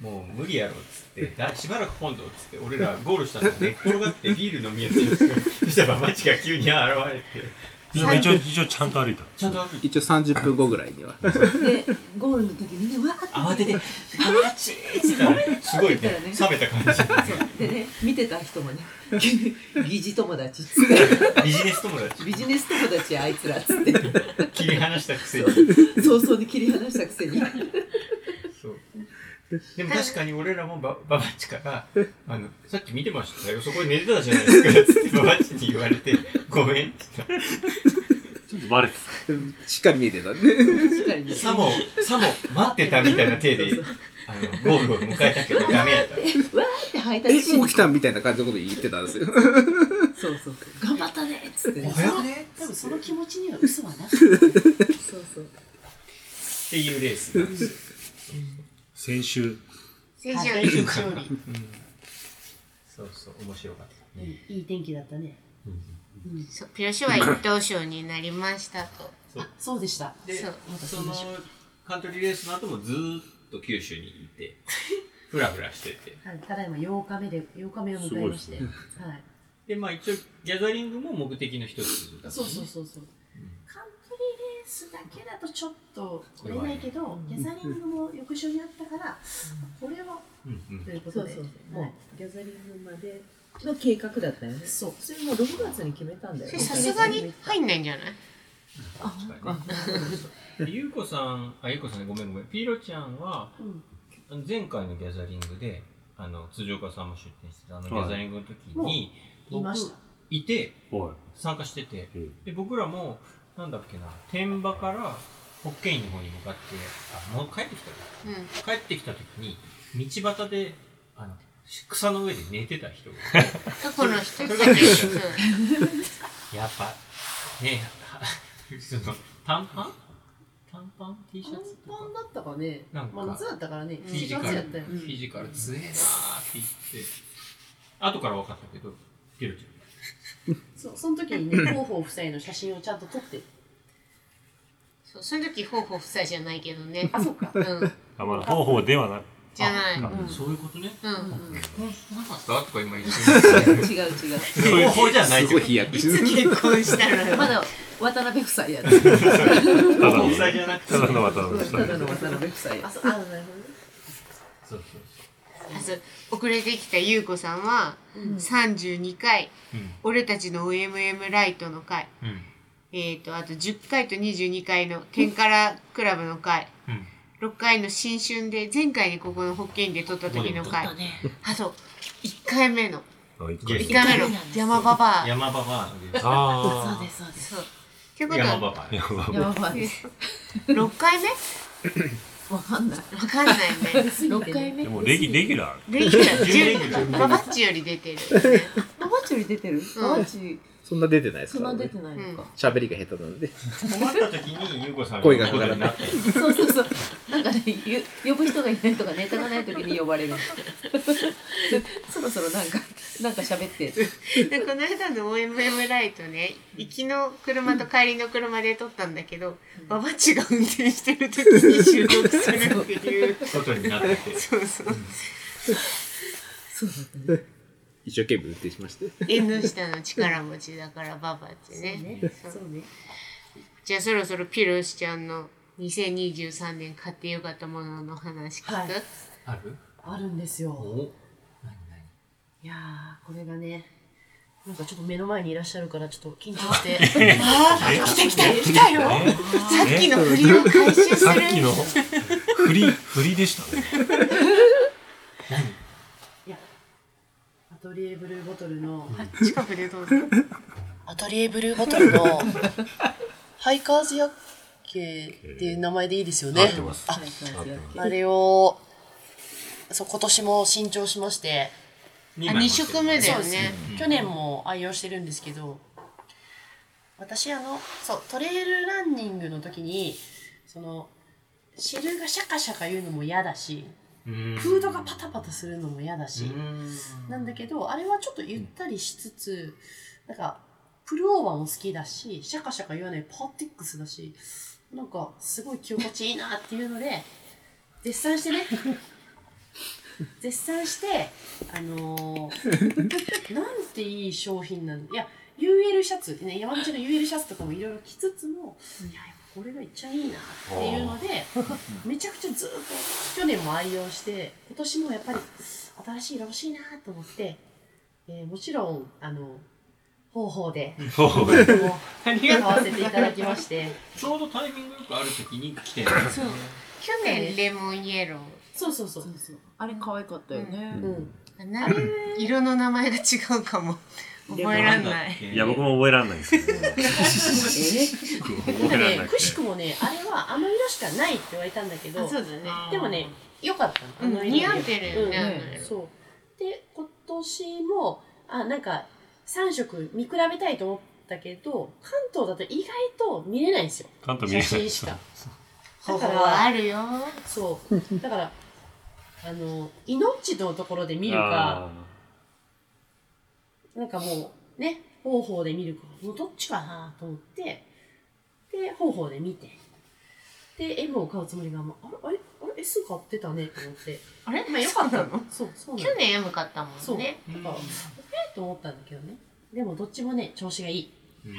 S2: もう無理やろっつってだしばらく今度っつって俺らゴールしたの寝っ転がってビール飲みやすいんですよそしたらマチが急に現れて
S1: でも一応、一応ちゃんと歩いた。
S2: ちゃんと歩いて
S3: 一応30分後ぐらいには。
S6: で、ゴールの時みんなわーっ
S2: 慌て
S6: て
S2: て
S6: パチーって
S2: たらすごいね冷めた感じ
S6: そうでね、見てた人もね、 (laughs) 疑似友達っつって、
S2: ビジネス友達
S6: ビジネス友達やあいつらっつって、
S2: 切り離したくせに
S6: 早々に切り離したくせに。
S2: そうでも確かに俺らもバババッチからあの「さっき見てましたよそこで寝てたじゃないですか」つってババッチに言われて「ごめん」って言った
S1: ちょっとバレてた。
S3: しっかり見えてたんで。
S6: 確かにね。
S2: さもさも待ってたみたいな体であのゴールを迎えたけどダメやった
S6: わーってハイタッチ
S3: え、もう来たみたいな感じのこと言ってたんですよ。
S6: そうそうそう。頑張ったねっつってね。
S2: よね
S5: 多分その気持ちには嘘はなかった
S6: そうそう。
S2: っていうレースなんですよ
S1: 先週、
S4: (laughs) 先週、
S5: 先週勝利
S2: そうそう面白かった、
S5: いいいい天気だったね
S4: そうピロシは一等賞になりましたと。
S5: あそうでした
S2: で
S4: そう
S2: そのカントリーレースの後もずーっと九州にいてふらふらしてて
S5: はいただいま8日目で8日目を迎えまして、
S1: すごい
S5: はい
S2: でまあ一応ギャザリングも目的の一つだったね
S5: そうそうそうそうカントリーレースだけだとちょっと取れないけど、ギャザリングも翌週にあったから、これは
S2: うんうん
S5: というこ
S6: そ
S5: と
S6: う
S5: で
S6: そう。
S5: は
S6: も
S5: いう
S6: ギャザリングまでの計画だったよね。
S5: そう
S6: それもう6月に決めたんだよ
S4: それ
S6: ね。
S4: さすがに入んないんじゃない
S6: あ、
S2: 確
S5: (laughs)
S2: かにでゆうこさんあゆうこさんねごめんごめんピーロちゃんは
S5: うん
S2: あの前回のギャザリングであの辻岡さんも出店してたあのギ
S1: はい
S2: ャザリングの時
S5: もう
S2: に
S5: 言いまし
S2: 僕
S5: た
S2: いて
S1: おい、
S2: 参加してて
S1: え
S2: で僕らもなんだっけな天場からホッケインの方に向かってあもう帰ってきたか
S4: うん。
S2: 帰ってきた時に道端であの草の上で寝てた
S5: (laughs)
S2: 人が
S4: 過去の人
S2: それ
S4: たち。
S2: それ
S4: うん
S2: やっぱね (laughs) えその短パン短パン T シャ
S5: 短
S2: ツと
S5: パ
S2: か
S5: ンだったかね
S2: なんか
S5: まあ夏だったからね
S4: フ
S2: フィ
S5: 7
S2: ジカ
S5: 月
S2: ル、
S5: やったよ
S2: フィジカル強えなーって言って、後から分かったけど、ピロち
S5: そうその時にね
S2: (laughs)
S5: 広報夫妻の写真をちゃんと撮って
S4: そうその時、ほうほう夫妻じゃないけどね。
S5: あそうか
S4: うん。
S1: あ、まだ方法ではなく、
S4: じゃない。
S2: ゃん。
S5: うん
S2: そういうことね。
S4: うん。
S2: 結婚してなかったとか今言ってる。
S6: 違う違う。
S2: 結婚じゃない
S3: す
S2: け
S3: ご
S2: ど。
S3: い飛躍してる。
S4: 結婚したら
S6: (laughs) まだ渡辺夫妻やね。た
S1: ただの、
S2: 交際じゃなくて。
S1: ただの渡辺さん。
S6: だの渡辺夫妻や
S5: あ。そうあなるほどね
S2: そうそう
S4: あそう遅れてきた優子さんは、32回
S2: そう。うん。
S4: 俺たちの OMM ライトの回
S2: うん。
S4: えー、とあと10回と22回の「天からクラブ」の回
S2: うん。
S4: 6回の「新春で」前回にここの保健で撮った時の回あと1回目の
S1: あ、一回
S4: 1回目の「山ババア
S2: 山ババア
S1: ああ。
S5: すそうで」
S4: そ
S5: す
S4: うということ
S2: 山バ
S4: は
S2: バア。
S6: やば (laughs) い。
S4: 6回目
S6: わかんない。
S4: わかんないね
S6: 6回目。
S1: でも、レギ、レギュラー。
S4: (laughs) レギュラー
S2: 準レギュラー
S4: 10ババッチより出てる、ね、
S6: ババチより出てるババチ、
S3: そんな出てないです
S6: そん
S3: から
S6: な出
S3: ね
S6: て。ないのか。
S3: 喋りが下手なので。
S2: 困った時に、ゆうこさん
S3: 声が上がらない
S2: って。
S6: そうそうそう。なんかね、ゆ呼ぶ人がいないとかネタがない時に呼ばれる。 (laughs) そろそろなんか、なんか喋って。
S4: でこの間の OMM ライトね行きの車と帰りの車で撮ったんだけど、ババッチが運転してる時に収録するっていう
S2: ことになってて。
S4: そうそう
S6: そうだったね。
S3: 一生懸命運転しまして。
S4: 縁の下の力持ちだからババッチねそう
S5: そうね
S4: じゃあそろそろピロシちゃんの2023年買ってよかったものの話聞く、
S5: はい
S2: ある
S5: あるんですよ
S2: お
S5: いやーこれがねなんかちょっと目の前にいらっしゃるからちょっと緊張して (laughs)
S1: 来
S4: た
S1: た来
S4: 来たよさっきの振りを回収す
S1: さ
S4: る
S1: っきの、振り、振りでしたね。
S5: アトリエブルーボトルの
S4: 近くでどうぞ
S7: アトリエブルーボトルのハイカーズ薬系っていう名前でいいですよね。
S1: 合ってます
S7: ああれをそう今年も新調しまして、
S2: 二
S4: あ
S2: 枚持
S4: 2
S2: ってる
S4: 色目だよ
S7: そう
S4: ね
S7: 去年も愛用してるんですけど私あのそうトレイルランニングの時にその汁がシャカシャカ言うのも嫌だし
S2: うん
S7: フードがパタパタするのも嫌だし、
S2: うん
S7: なんだけど、あれはちょっとゆったりしつつ、なんか、プルオーバーも好きだし、シャカシャカ言わないパーティックスだし、なんか、すごい着心地いいなっていうので、
S5: 絶賛してね絶賛してあのー (laughs) なんていい商品なのいや UL シャツ、ね、山口の UL シャツとかもいろいろ着つつも、いややっぱこれが一番いいなっていうのでめちゃくちゃずっと去年も愛用して今年もやっぱり新しい色欲しいなと思って、えーもちろんあの方法で
S1: そう
S5: もう
S2: あり
S5: 買わせていただきまして
S2: ちょうどタイミングよくある時に来てるんですよね。
S4: 去年レモンイエロー
S5: そうそうそう
S6: そうそうあれ可愛かったよね、
S5: うん
S4: なんで色の名前が違うかも覚えらんない
S2: い
S1: いや僕も覚えらんないですけど
S6: え
S1: 覚えらん
S5: ね
S1: な、く
S5: く
S1: て
S5: しくもね、あれはあの色しかないって言われたんだけど、
S4: だね
S5: でもね、良かった
S4: う
S5: の
S4: ん
S5: あの色
S4: 似
S5: で
S4: 合ってるよね、
S5: うんそう。で、今年も、あ、なんか、3色見比べたいと思ったけど、関東だと意外と見れないんですよ。
S1: 関東見
S5: 写
S1: れないで
S5: 真し
S1: す
S5: か。
S4: あの
S5: だか
S4: 方
S5: ら
S4: はあるよ (laughs)
S5: そう。だから、あの、命のところで見るか、
S1: あ
S5: なんかもう、ね、方法で見るか、もうどっちかなと思って、で、方法で見て、で、M を買うつもりが、もうあれ、あれ、あれ、S 買ってたねと思って、
S4: あれ
S5: まあよかったのそう、そうな
S4: 去
S5: の。
S4: 年 M 買ったも
S5: そうん
S4: ね
S5: だから、えーと思ったんだけどね。でも、どっちもね、調子がいい。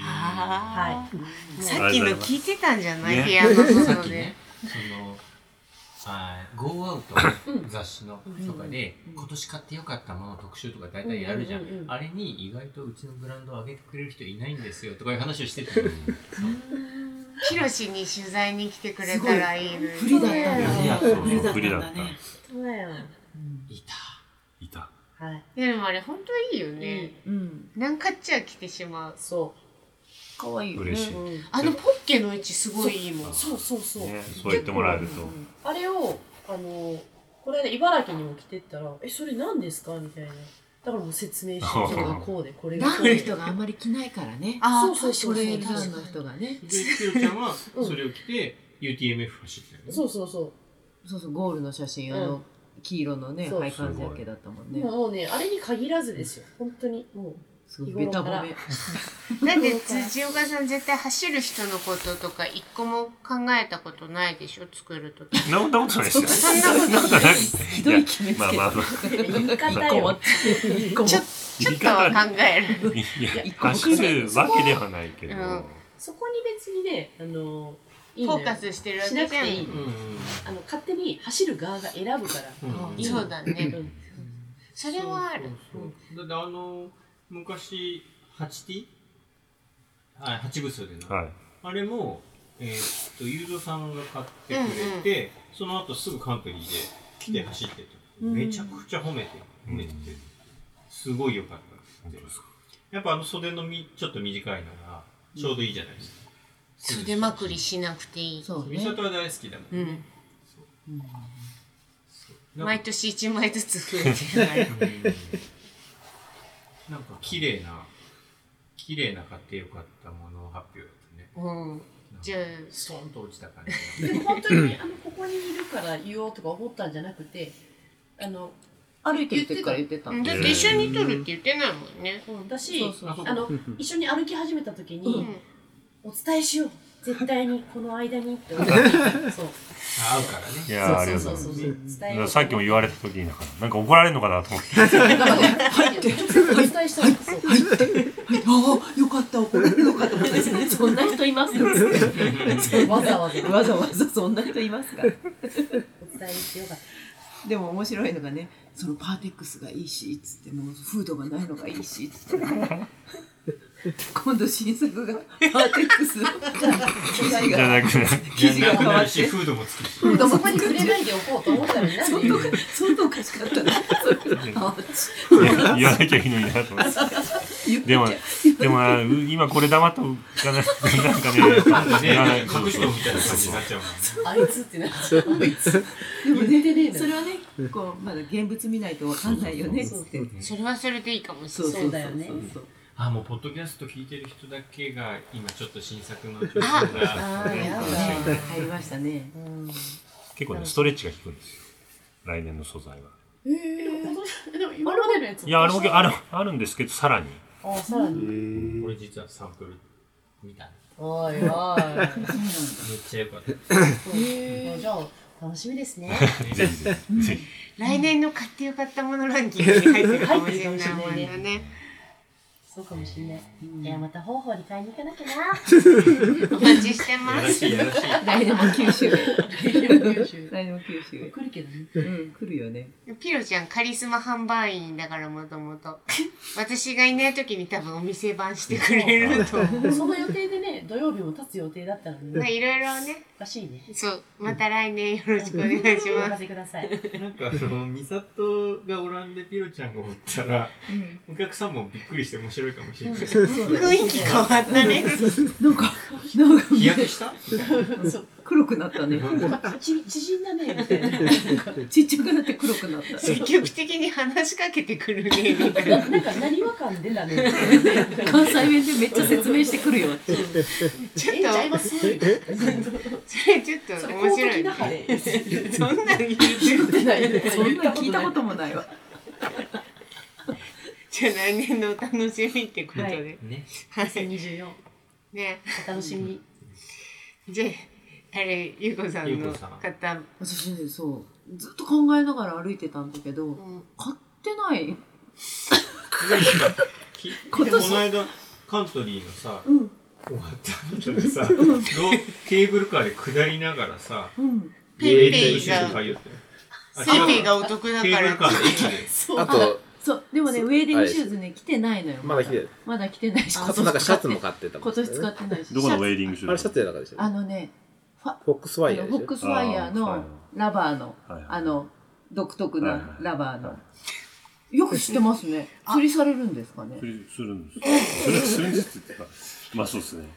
S4: あー
S5: い
S4: さっきの聞いてたんじゃない、
S1: ね
S4: ピアノの
S2: さっ
S4: 音
S2: き
S4: で、
S2: ね、その、あー Go Out の雑誌のとかで、今年買ってよかったもの特集とか大体やるじゃん。
S5: うんうんうんうん
S2: あれに意外とうちのブランドを上げてくれる人いないんですよとかいう話をしてたのに。
S4: ヒロシに取材に来てくれたらいいのに
S6: 不利だった
S5: いや
S1: いや
S6: ね
S1: そうそう
S6: 不利だったんだ
S1: 不利だ
S6: ね
S5: そうだよ。
S2: いた。
S1: いた
S5: はい。
S4: でもあれ本当いいよね、
S6: うん
S4: なんかっちゃ来てしまう
S5: そ
S6: 可愛いよね
S1: 嬉しい、
S5: う。うん。
S4: あのポッケの位置すごいいいもん
S5: そうそうそう。
S1: ね、そう言ってもらえると
S5: あれを、あの、これで茨城にも着てったら、え、それ何ですかみたいな。だからもう説明して、これがこうで、これが
S6: ラ
S5: こ
S6: ン
S5: う
S6: の
S5: で。
S6: 人があんまり着ないからね
S4: あ
S5: そう
S4: あ
S5: そうそ
S6: ト
S5: うそう。
S6: レイルランの人がね
S2: で、ひろちゃんはそれを着て UTMF 走ってたよね。
S5: そうそうそう。
S6: そうそうゴールの写真あ
S5: う
S6: の黄色のね
S5: そう
S6: 配管ジャケだったもんね
S5: もうね、あれに限らずですよ。本当に。もう。
S6: すごいベタ褒
S4: だ
S6: め
S4: って辻岡さん絶対走る人のこととか一個も考えたことないでしょ作るとき
S1: そんなことないですよ
S4: そんなこと
S1: そんなことない
S6: ひどい決めつけ
S1: まあまあまあ
S5: 言い方 (laughs) よ。
S6: 一個も
S4: ちょっちょっとは考える
S1: いや
S6: 一個も
S1: 走るわけではないけど、
S4: うん
S5: そこに別にね、あの、いい
S4: フ
S5: の
S4: ォー
S5: よ
S4: カスしてるわ
S5: し
S4: け
S5: なく
S4: じゃ
S5: てい
S4: ん
S5: い。
S2: うん
S5: あの、勝手に走る側が選ぶから。
S2: うんうん。
S5: いい
S4: そうだ
S5: う
S4: ね
S5: ん
S4: それはある
S2: そうそうそうだってあの昔 8T? あ8部数でな、
S1: はい
S2: あれもえーっとゆうぞさんが買ってくれて、その後すぐカントリーで来て走ってて、めちゃくちゃ褒めて褒めて、すごい良かったってやっぱあの袖のみちょっと短いのがちょうどいいじゃないですか、
S4: 袖まくりしなくていい
S6: そう
S2: 美
S6: ね
S2: 里は大好きだもん、
S4: うん
S2: なんか
S4: 毎年1枚ずつ増えてるから
S2: なんか綺麗な綺麗な買ってよかったもの発表だったね
S4: うんじゃあ
S2: ストンと落ちた感じが
S5: でも本当に、あの、ここにいるから言おうとか思ったんじゃなくて、あの、
S6: 歩いてる時から言ってた
S4: うんだって一緒に撮るって言ってないもんね
S5: うんだし
S6: そう、そうそう
S5: あの、一緒に歩き始めた時
S4: う
S5: に、
S4: ん
S5: お伝えしよう。絶対に、この間にって思って。そう。
S6: (laughs)
S2: 合うからね
S1: いやーありがとございま
S5: そううそう
S1: す
S5: そうそう。伝えよう。
S1: さっきも言われた時になんかなんか怒られるのかなと思って
S5: 入って、お伝えしたんですよ。
S6: ああよかった怒られるのかと思ったけどそんな人います
S5: わざわざ
S6: わざわざそんな人いますか
S5: お伝えしてよかった。
S6: でも面白いのがねそのパーテックスがいいしっつってもうフードがないのがいいしっつって今度新作がパーテックスの生地
S1: じゃな
S6: が
S1: くて
S6: 生地
S2: な
S6: が
S2: く
S6: 変
S2: な
S6: わ
S2: る
S6: っ
S2: し、
S6: て
S2: フードもつくし。
S6: フードも
S5: そこに触れないでおこうと思ったのに、なんで言うの
S6: 相当おかしかったね
S1: いや
S6: あ
S1: 言わなきゃいいのになと思ってでもでもなう今これ黙っとかないなんかね
S2: ね、なん
S1: そ
S2: か
S1: う
S2: 隠
S1: そ
S2: して
S1: う
S2: みたいな感じになっちゃうもんね。
S5: あいつってなっちゃう。あいつ。
S6: でも
S5: 言ってねえ
S6: ね
S5: の
S6: それはねこうまだ現物見ないとわかんないよねっつって
S4: それはそれでいいかもしれない
S5: そうだよね
S6: そう
S2: あ、もうポッドキャスト聞いてる人だけが、今ちょっと新作の情報が。
S6: あーやだ入りましたね
S1: 結構ねストレッチが効くんですよ来年の素材は
S5: でも今までのやつ
S1: いやあれもあるあるんですけどさらに
S5: あ、さらに。
S2: これ実はサンプル見たの。
S5: (laughs) おいおい。
S2: めっちゃ良かった。
S5: じゃあ、楽しみですね。
S1: ぜひぜひぜひ
S4: 来年の買ってよかったものランキングに入ってるかもしれない
S5: 入
S4: も
S5: ってるかもしれないね
S4: んだね。
S5: そうかもしれない。いや、また方法に買いに行かなきゃな。
S4: お待ちして
S2: (laughs) や
S4: ま
S2: ら
S4: す。
S2: しいやらしい
S6: 来年も九州へ。
S5: 九州
S6: 来年も九州へ。
S5: 来るけどね。
S6: うん、来るよね。
S4: ピロちゃんカリスマ販売員だからもともと。私がいない時に多分お店番してくれると思う。
S5: その予定でね、土曜日も立つ予定だったのに、
S4: まあ
S5: ね、
S4: いろいろね、
S5: おかしいね。
S4: そう、また来年よろしくお願いし
S5: お任
S4: ます。
S5: せくだ (laughs) さい。
S2: なんかあの、ミサトがおらんでピロちゃんがおったら、お客さんもびっくりして面白いかもしれない。
S4: 雰囲気変わったね。
S6: なんか、なんか、
S2: 日焼けしたみたいな
S6: 黒くなったね。
S5: ち縮んだね、みたいな。
S6: ちっちゃくなって黒くなった。
S4: 積極的に話しかけてくるね、みたいな。
S5: なんか、何話感出たね。
S6: 関西弁でめっちゃ説明してくるよ。
S4: ちょっ
S5: (laughs) えんちゃいます
S4: と、それちょっと
S5: それ、
S4: 面
S5: 公
S4: 白
S5: 的
S4: い
S5: な。派で。
S4: そんなん言うてる。
S6: (laughs) そんな聞いたこともないわ。
S4: じゃあ来年のお楽しみってことで。
S2: ね。
S4: はい。
S5: 2024、
S4: ね。
S5: お楽しみに。
S4: じゃあ、あれ、ゆうこさん
S2: ゆう
S4: の
S2: こさん
S4: 方、う
S6: 私ね、そう、ずっと考えながら歩いてたんだけど、
S4: ん
S6: 買ってない。
S2: きこ
S6: 今年
S2: の間、カントリーのさ、
S6: うん、
S2: 終わった後でさ、ロケーブルカーで下りながらさ、
S6: うん。
S4: ペイ
S2: ー
S4: ペイ
S2: シー
S4: が
S2: ト、通って。あ
S4: セペイが
S2: 違う
S4: お得だ
S2: ケー
S4: か
S2: ブルカー
S4: ら。
S2: で駅で。
S6: そう
S3: あと、
S6: そう、でもね、ウェーディングシューズね、着てないのよ。
S3: まだ来てる。
S6: まだ着てないし、
S3: あとなんかシャツも買ってたも
S6: 今
S3: んね
S6: 年使ってないし。
S1: どこのウェイディングシュ
S3: あれシャ
S1: ー
S3: ツじゃなかったでした
S6: あ
S3: ね
S6: のね、ファ
S3: フォックスワ
S6: あ
S3: イヤー
S6: のフォッ
S3: で
S6: ク
S3: し
S6: スワイヤー
S1: あー
S6: のラバーの、
S1: はいはい
S6: あの、独特
S1: はいは
S6: ないラバーの。よく知ってますね。釣りされるんですかね
S1: ズ。。するんです。それするんですっていうか、まあそうですね。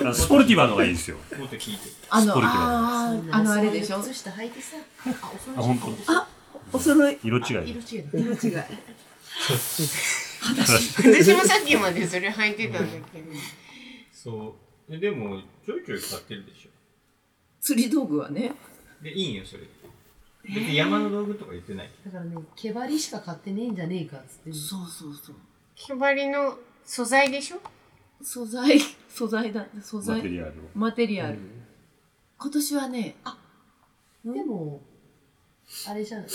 S1: あのスポルティバの方がいいですよ。
S2: もっと聞いて。
S6: あの、
S1: ポリクラ
S6: あーあのあれでしょ
S5: 靴下履いてさ。あ、お
S1: あ、
S5: 風
S1: 本当。
S6: お揃い。
S1: 色違い
S5: 色
S1: ね。
S5: 違いだ。
S6: 色違い。
S4: 私もさっきまでそれ履いてたんだけど。
S2: そう。えでも、ちょいちょい買ってるでしょ。
S6: 釣り道具はね。
S2: で、いいんよ、それ。別に山の道具とか言ってない。
S5: だからね、毛張りしか買ってねえんじゃねえかっつって。
S6: そうそうそう。
S4: 毛張りの素材でしょ
S6: 素材、 (laughs) 素材だ、素
S1: マテ
S6: 材、
S1: リアルを。
S6: マテリアル。今年はね、
S5: でも、あれじゃない。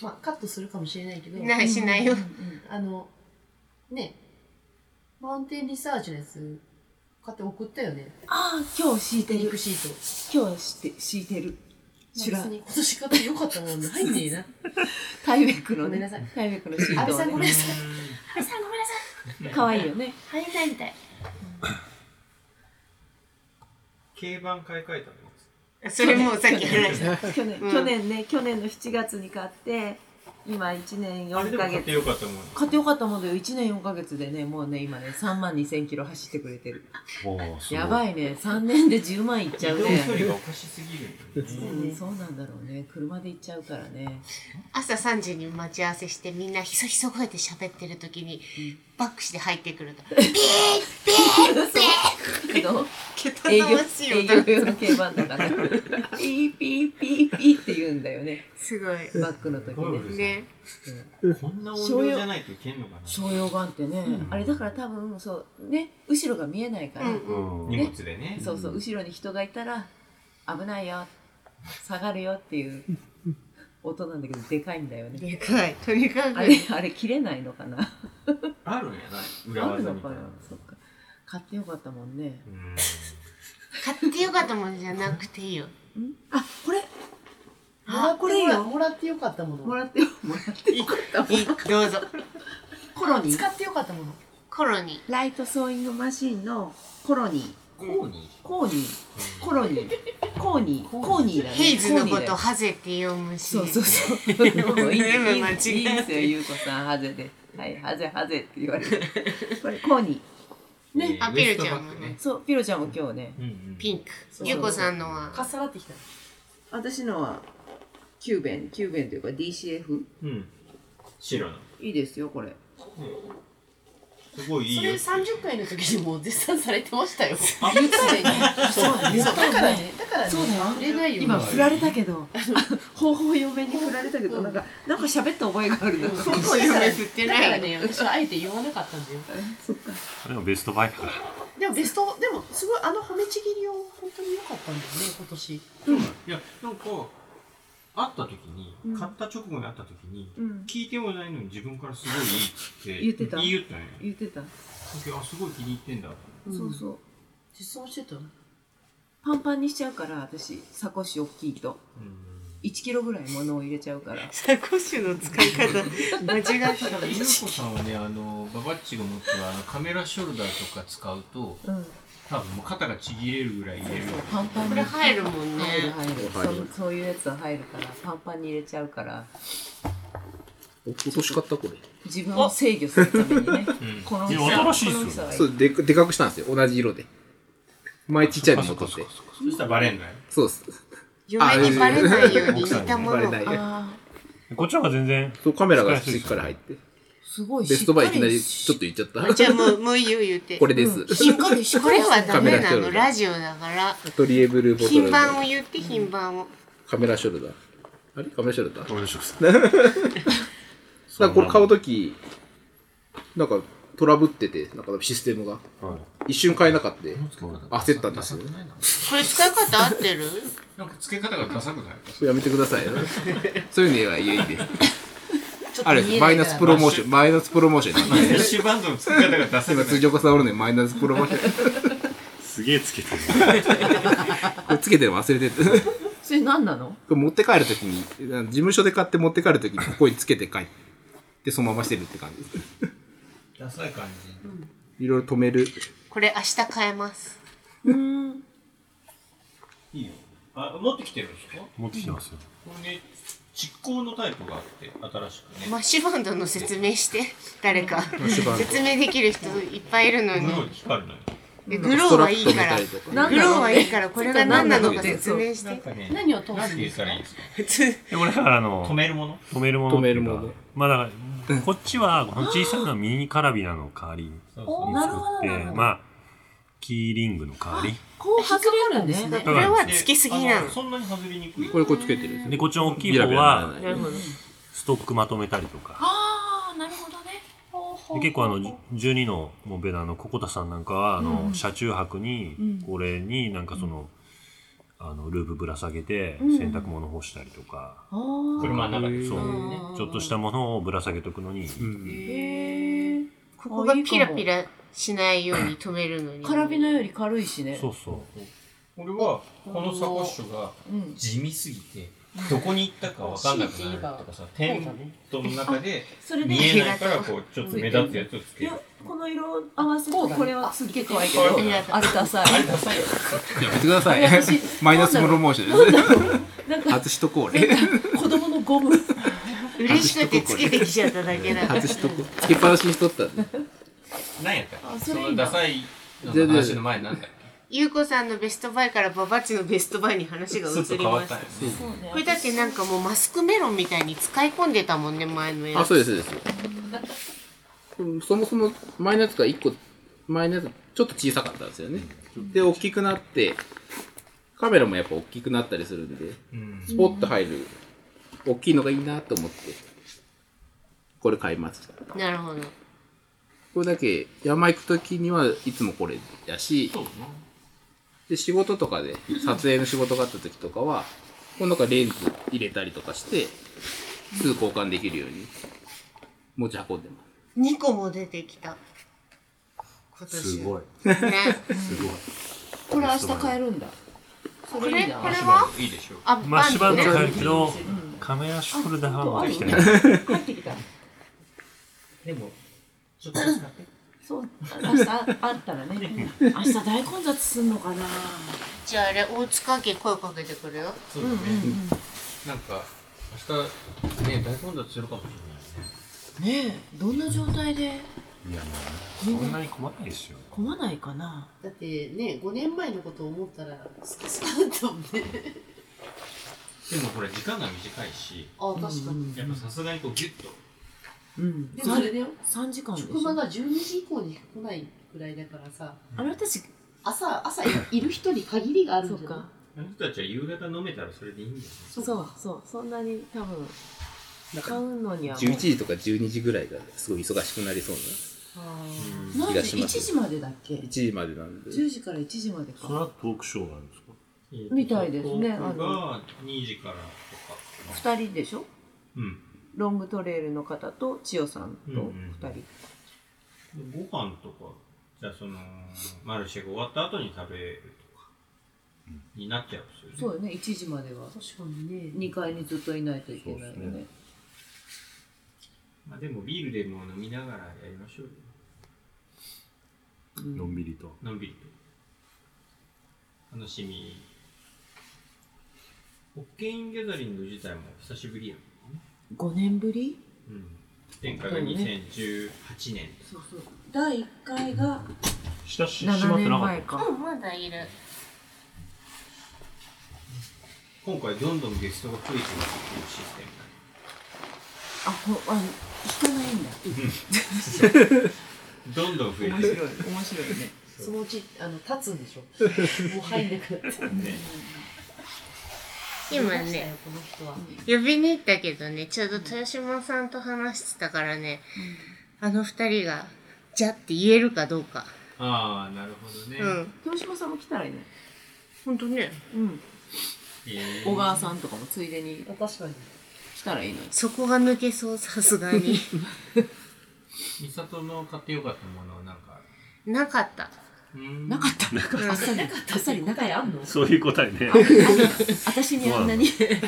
S5: まあ、カットするかもしれないけど、
S4: ないしないよ。
S5: あの、ね、マウンテンリサーチのやつ、買って送ったよね。
S6: ああ、今日敷いて
S5: リン
S6: る
S5: ク。シー
S6: 今日は敷いて敷いてる。
S5: ト。
S6: シュラ
S5: 別、に今年買ってよかったもんね。入んねえな。
S6: タイベックの
S5: ごめん
S6: ね
S5: なさい、
S6: タイベックの
S5: 安
S6: シー
S5: 倍
S6: ト
S5: さ
S6: は
S5: んごめ
S6: ね
S5: んな、さい。
S6: 可愛いよね。
S5: 入んないみたい。
S2: 軽バン買い替えたの
S4: それもうさっき話した。
S6: 去年、
S4: うん
S6: 去年ね、去年の7月に買って、今1年
S2: あれ
S6: 4
S2: でも
S6: ヶ
S2: 買って
S6: 月。
S2: よかったもん。
S6: 買ってよかったもんだよ。1年4ヶ月でね、もうね、今ね、3万2千キロ走ってくれてる。
S1: おーすご
S6: やば
S1: い。
S6: いね、3年で10万いっちゃう
S2: 移動距離
S6: ね。
S2: がおかしすぎるんだよね。
S6: うんそうなんだろうね。車で行っちゃうからね。
S4: (laughs) 朝3時に待ち合わせしてみんなひそひそ声で喋ってる時にバックして入ってくると「
S6: (laughs) けど、
S4: けた
S6: 営業、
S4: ましい
S6: 営
S4: 音
S6: 業用の軽バンだ (laughs) から、ピーピーピーピーって言うんだよね。」
S4: すごい
S6: バックの時ね。
S4: ね
S2: こんな音量じゃないといけんのかな
S6: 商用版ってね、あれだから多分、そう、ね、後ろが見えないから、
S4: うん
S1: うん。
S2: 荷物でね。
S6: そうそう、後ろに人がいたら、危ないよ、下がるよっていう音なんだけど、でかいんだよね。
S4: でかいとにか
S6: あ
S4: く
S6: れ、あれ切れないのかな
S2: あるんやない裏
S6: ある
S2: 技
S6: の
S2: みた
S6: か
S2: いな
S6: な。そっか。買ってよかったもんね。
S2: うん
S4: 買ってよかったもんじゃなくていいよ
S6: あ、これ
S5: あ、これ
S6: いいよ
S5: もらってよかったも
S6: も
S5: の。
S6: らってよ、もらってよかったもん
S4: いいどうぞ
S6: コロニー
S5: 使ってよかったもの。
S4: コロニ
S6: ライトソーイングマシンのコロニー。
S2: コーニ
S6: コーニー。コロニー。コーニー。コーニーだ
S4: ー
S6: ね。
S4: ヘイズの
S6: コー
S4: こ
S6: ニーだ
S4: と
S6: よ
S4: ハゼって読むし
S6: そうそうそう。もういい
S4: 全部
S6: いい
S4: 間違え
S6: い
S4: て
S6: いですよ、ゆうこさん、ハゼで。はい、ハゼハゼって言われる。これ、コーニ
S2: ー。
S6: ね
S2: えー
S4: アピールちゃんもね
S2: ウエストバッグ
S6: ー。そう、ピロちゃんも今日ね。
S2: うんうん
S4: ピンク
S6: そう
S4: ゆうこさんの
S5: かっ
S4: は
S5: さらってきた。
S6: 私のは、キューベン、キューベンというか DCF。
S2: うん。白の。
S6: いいですよ、これ。
S2: すごいい
S5: そ
S2: い
S5: れ
S2: よ。
S5: 30回の時にもう絶賛されてましたよ。
S2: あ
S5: 言ったよね。そうだからね、だからね、
S6: そうだよ
S5: 売れないよ。
S6: 今、振られたけど、方法嫁に振られたけど、なんか、なんか喋った覚えがあるな。
S5: そう
S4: そういうの振って
S5: だ
S4: な
S5: か
S4: い
S5: らね、私はあえて言わなかったんだよ。
S1: あれはベストバイクだ。
S5: でもベストでもすごいあの褒めちぎりを本当に良かったんだよね今年
S2: いや、なんか、会った時に、
S6: うん
S2: 買った直後に会った時に、
S6: うん
S2: 聞いてもないのに自分からすごいいい
S6: (laughs) 言
S2: っ
S6: っててた
S2: 言ったんよ。
S6: 言ってた、
S2: 時あ、すごい気に入ってんだ。
S6: そうそう
S5: 実装してたの
S6: パンパンにしちゃうから私サコッシュ大きいと1キロぐらい物を入れ (laughs) ちゃうから
S7: サコッシュの使い方間違
S2: ただ、ゆうこさんはね、あの、ババッチが持ってるあのカメラショルダーとか使うと、
S6: うん
S2: 多分もう肩がちぎれるぐらい入れる。
S6: パンパンに
S7: これ入るもんね
S6: 入る入る
S3: 入る
S6: そそういうやつは入るからパンパンに入れちゃうから
S3: お今年買ったこれ。
S6: 自分を制御するためにね
S2: うん
S6: この
S1: いや
S6: 大きさ
S1: 新しいっすよ
S6: この大きさはいい
S3: そう、で、でかくしたんですよ。同じ色で。前ちっちゃいの持っとって。
S2: そしたらバレんない。
S3: そうです。
S4: 嫁にバレないように似たも
S3: バレ
S4: の
S3: な
S4: が
S3: いよ。
S1: こっちの方が全然
S3: そう、カメラがしっかり入って。
S6: すごい
S3: ベストバイいきなり
S6: し
S3: ちょっと言っちゃった。
S7: じゃあもうもう言う言うて
S3: これです。
S4: これはダメな
S3: カメラショルダ
S4: の
S3: ー
S4: ラジオだから
S3: トリエブルボト
S4: 品
S3: ルの
S4: 番を言って品番を
S3: カメラショルダー。あれカメラショルダーだか
S1: 俺の食
S3: らこれ買うとき、なんかトラブってて、なんかシステムが。一瞬買えなかった。焦ったんです
S2: ダサ
S3: よ
S2: くないな
S4: これ使い方合ってる
S2: なんか付け方がダサく (laughs) ない
S3: それやめてく
S7: (laughs)
S3: ださい。そういうのは言えいいです。
S7: ちょっ
S3: あ
S7: と
S3: れ
S7: 見
S3: です
S7: え
S3: マ
S7: な
S3: イ
S7: い
S3: ナ
S7: か
S3: ス
S7: ら
S3: プロモーション、マイナスプロモーションなんで。
S2: フィッシュバンドの付け方がダサくな
S3: 今、
S2: い。
S3: 辻岡さんおるのにマイナスプロモーション。
S1: すげえつけてる
S3: これつけてるの忘れてて。こ
S6: それ何なの
S3: れ持って帰るときに、あの事務所で買って持って帰るときに、ここにつけて帰って、そのまましてるって感じです。
S2: ダサい感じ。
S3: いろいろ止める。
S4: これ明日買えます
S2: いいよ。あ、持ってきてるんですかこ
S1: 持ってきてますよ
S2: れね、実行のタイプがあって、新しくね。
S4: マッシュバンドの説明して誰か
S3: シュバンド
S4: 説明できる人いっぱいいるの
S2: 無料
S4: に
S2: で光るのよ。
S4: でグローはいい
S3: スト
S4: か
S3: ラ
S4: ら
S3: ップ止めたりとか
S6: なん
S4: グローはいいからこれが何なのか説明し
S2: なん
S4: て
S2: かね、
S5: 何を通すん
S2: なんて言
S5: で
S2: っ
S5: す
S2: た
S5: から
S2: いいんですか
S1: で俺だからあの
S2: 止めるもの
S1: 止めるものっていうか
S3: 止めるもの
S1: まあだからこっちはこの小さなミニカラビナの代わりに
S2: そう
S5: お
S2: そう
S5: なる
S1: 作
S5: ほ
S1: っ
S5: どなる
S1: て
S5: ほど
S1: まあキーリングの代わり
S5: こう外れるんですね
S1: だ
S4: こ
S1: から
S4: れは
S2: で
S4: つきすぎな
S2: あ
S4: の
S2: そんなに外れにくい。
S3: これこうつけてるんです
S1: で
S3: ね。
S1: こっちの大きい
S3: ビラ
S1: 方
S3: ビラなら
S1: は
S3: ない
S1: ストックまとめたりとか
S5: ああなるほどねほうほう
S1: で結構あのじ12のモベダのココタさんなんかはあの、車中泊にこれになんかその,、あのループぶら下げて洗濯物干したりとか、
S5: あー
S2: 車の中で。
S1: そうちょっとしたものをぶら下げとくのに、
S3: うん。
S5: へえ
S4: ここがピラピラしないように止めるのに
S6: カラビナより軽いしね
S1: そうそう
S2: 俺は、このサコッシュが
S6: うん
S2: 地味すぎて、どこに行ったかわかんなくなるとかさ、テントの中で
S6: それで
S2: 見えないから、こう、ちょっと目立つやつをつ
S6: い
S2: ける
S6: や。この色合わせとこれはすっげえ可愛いけ
S2: あそ
S6: ど
S2: う
S4: だね
S6: あれダサい
S2: あれダサいよ。
S3: やめてください
S6: 私。
S3: (laughs) マイナスプロモーションです。
S6: なんか
S3: 外しとこうね。
S6: 子供のゴム
S4: 嬉しくてつけてきちゃっただけだから
S3: 外しとこう。つけっぱなしにしとったんで。
S2: 何やったっ
S6: あ
S2: けそ
S6: それいい
S2: の
S6: な
S2: ダサいのの話の前なんだっけ
S4: ゆうこさんのベストバイからババッチのベストバイに話が移
S2: ちょっと
S4: り
S2: 変わ
S4: ま
S2: っ
S4: した
S2: たよね。
S6: そうね
S4: これだってなんかもうマスクメロンみたいに使い込んでたもんね前のや
S3: あ、
S4: つ
S3: そうです、そうです。そもそも前のやつが1個、前のやつちょっと小さかったんですよね。で、大きくなって、カメラもやっぱ大きくなったりするんで、
S2: うん
S3: スポッと入る、大きいのがいいなと思って、これ買いました。
S4: なるほど
S3: これだけ山行く時にはいつもこれやし、
S2: そうね。
S3: で、仕事とかで、撮影の仕事があった時とかは、この中レンズ入れたりとかして、すぐ交換できるように持ち運んでます。
S4: 2個も出てきた今年
S1: すごい
S4: ね
S1: すごい
S6: これ明日買えるんだ
S4: (laughs)
S6: そ
S4: こ
S6: れい
S4: れ
S6: い
S4: こ
S6: な
S4: れはい
S2: いでしょう。
S4: あ
S1: マッ
S4: バ
S1: シュ
S4: ン
S1: バ
S4: ド
S1: ンド
S4: ね
S1: 買えるけどカメラショルダーは持ってきてない
S6: 帰ってきた
S2: でも、ちょっと使って。
S6: そう明日あったらね
S5: 明日大混雑すんのかな
S4: じゃああれ大塚家声かけてくるよ
S2: そうだね。なんか、明日、ね、大混雑するかもしれないね。
S5: ねえどんな状態で
S1: いやもうそんなに困らないですよ
S5: 混まないかな
S7: だってね5年前のことを思ったらスキスキだったもんね
S2: でもほら、時間が短いし、
S7: あ確かに、
S2: やっぱさすがにこうギュッと。
S6: うん
S7: でもそれだよ
S6: 3時間でし
S7: 職場
S6: ょ
S7: が12時以降にしか来ないくらいだからさ
S6: あれ私
S7: 朝朝いる人に限りがある
S6: そ
S7: ん
S6: う
S7: じゃない
S6: か
S2: あの人たちは夕方飲めたらそれでいいんだよね。
S6: そうそうそんなに多分買うのにはもう
S3: 11時とか12時ぐらいがすごい忙しくなりそう
S6: 何
S3: 気
S6: 時
S3: がし
S6: ?1
S3: ます
S6: 時までだっけ
S3: 1時までなんで。
S6: ?10 時から1時まで
S1: それ
S6: か。
S1: はトークショーなんですか
S6: みたいですね
S2: トーク
S6: あ
S2: が2時からとか。
S6: 2人でしょ
S2: うん。
S6: ロングトレイルの方と千代さんと
S2: うんうん
S6: 2人。
S2: ご飯とか、じゃあその、マルシェが終わった後に食べるとか、になっちゃうんですよ
S6: そ
S2: ね。
S6: うよね、1時までは。
S5: 確かにね
S6: 2階にずっといないといけないよ
S1: そうです
S6: ね
S1: ね。
S2: まあでもビールでも飲みながらやりましょうよ。
S6: うん
S1: のんびりと。
S2: のんびりと。楽しみ。ホッケインギャザリング自体も久しぶりやもんね。
S6: 5年ぶり
S2: うん。前回が2018年。
S6: そうそう。第1回が
S1: 下し、閉ま
S6: 7
S1: ってな
S6: 年
S1: かった
S6: 前。か。
S4: うん、まだいる。
S2: 今回どんどんゲストが増えてますっていうシステムだね
S6: あ、ほ、あ、聞かないんだ。
S2: どんどん増え
S6: 面
S2: てる。
S6: 白い、面白いね。
S7: そのうちあの立つんでしょ
S5: (laughs)
S7: もう入んなくなって
S2: ね
S4: 今
S7: 出ました
S4: ね
S7: よ、この人は
S4: 呼びに行ったけどね、ちょうど豊島さんと話してたからね、あの二人が、じゃって言えるかどうか。
S2: ああ、なるほどね。
S4: うん。
S6: 豊島さんも来たらいいね。
S4: ほんとね。
S6: うん。
S2: えー
S6: 小川さんとかもついでに
S7: あ確かに
S6: 来たらいいのに。
S4: そこが抜けそう、さすが (laughs) に。
S2: 美里の買ってよかったものはなんかあ
S4: なかった。
S2: るうん
S6: なかった。
S4: うん
S6: あっさり、あっさり中
S7: 答え
S6: や
S7: あ
S6: ん
S7: ん
S6: の
S7: の
S1: そういう答えね。
S6: 私にあんなに買っ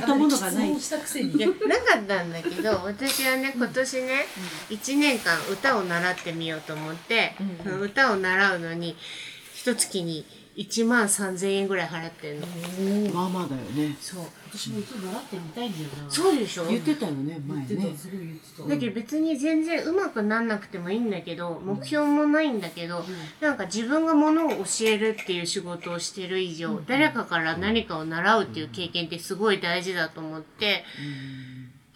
S6: たものがない
S7: 質問。したくせに
S4: いやなかったんだけど私はね今年ね、1年間歌を習ってみようと思って、その歌を習うのに一月に1万3000円ぐらい払ってんの、
S6: まあまあだよね。
S4: そう
S7: 私も一度習ってみたいんだよなう
S4: そうでしょ
S6: 言ってたよね、前
S7: 言って
S6: ね
S7: た。すごい言ってた
S4: だけど別に全然うまくなんなくてもいいんだけど目標もないんだけど、なんか自分がものを教えるっていう仕事をしてる以上、誰かから何かを習うっていう経験ってすごい大事だと思って、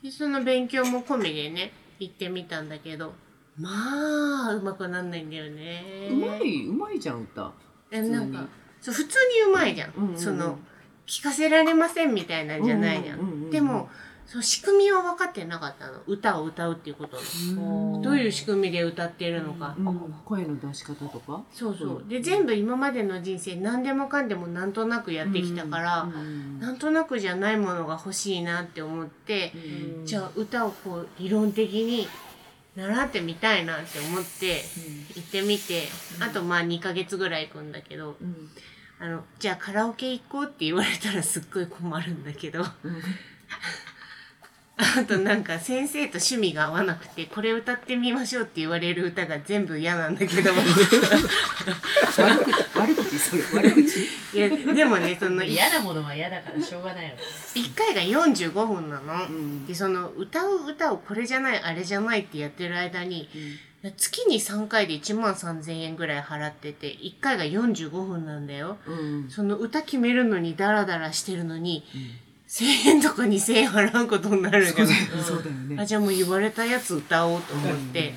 S4: でその勉強も込みでね行ってみたんだけどまあうまくなんないんだよね
S6: うまいうまいじゃん、歌。
S4: えなんか
S6: 普
S4: そ
S6: 通に
S4: う普通にうまいじゃん、
S6: うんうんうん
S4: その聞かせられませんみたいなんじゃないじゃん,、
S6: うんうんうんうん
S4: でもその仕組みは分かってなかったの歌を歌うっていうことのどういう仕組みで歌ってるのか、
S6: うん、声の出し方とか。
S4: そうそうで全部今までの人生何でもかんでもなんとなくやってきたから、
S6: うん
S4: なんとなくじゃないものが欲しいなって思って、
S6: うん
S4: じゃあ歌をこう理論的に習ってみたいなって思って行ってみて、あとまあ2ヶ月ぐらい行くんだけど、
S6: ん
S4: あのじゃあカラオケ行こうって言われたらすっごい困るんだけど。 (laughs) あとなんか先生と趣味が合わなくてこれ歌ってみましょうって言われる歌が全部嫌なんだけど
S6: 悪口、悪口、それ、悪口。
S4: いやでもねその
S7: 嫌なものは嫌だからしょうがないよ
S4: 一回が45分なの、
S6: ん
S4: でその歌う歌をこれじゃないあれじゃないってやってる間に、月に3回で1万3000円ぐらい払ってて1回が45分なんだよ
S6: うん。
S4: その歌決めるのにダラダラしてるのに、1000円とか2000円払うことになるじゃん
S6: そうだよね。
S4: あじゃあもう言われたやつ歌おうと思って、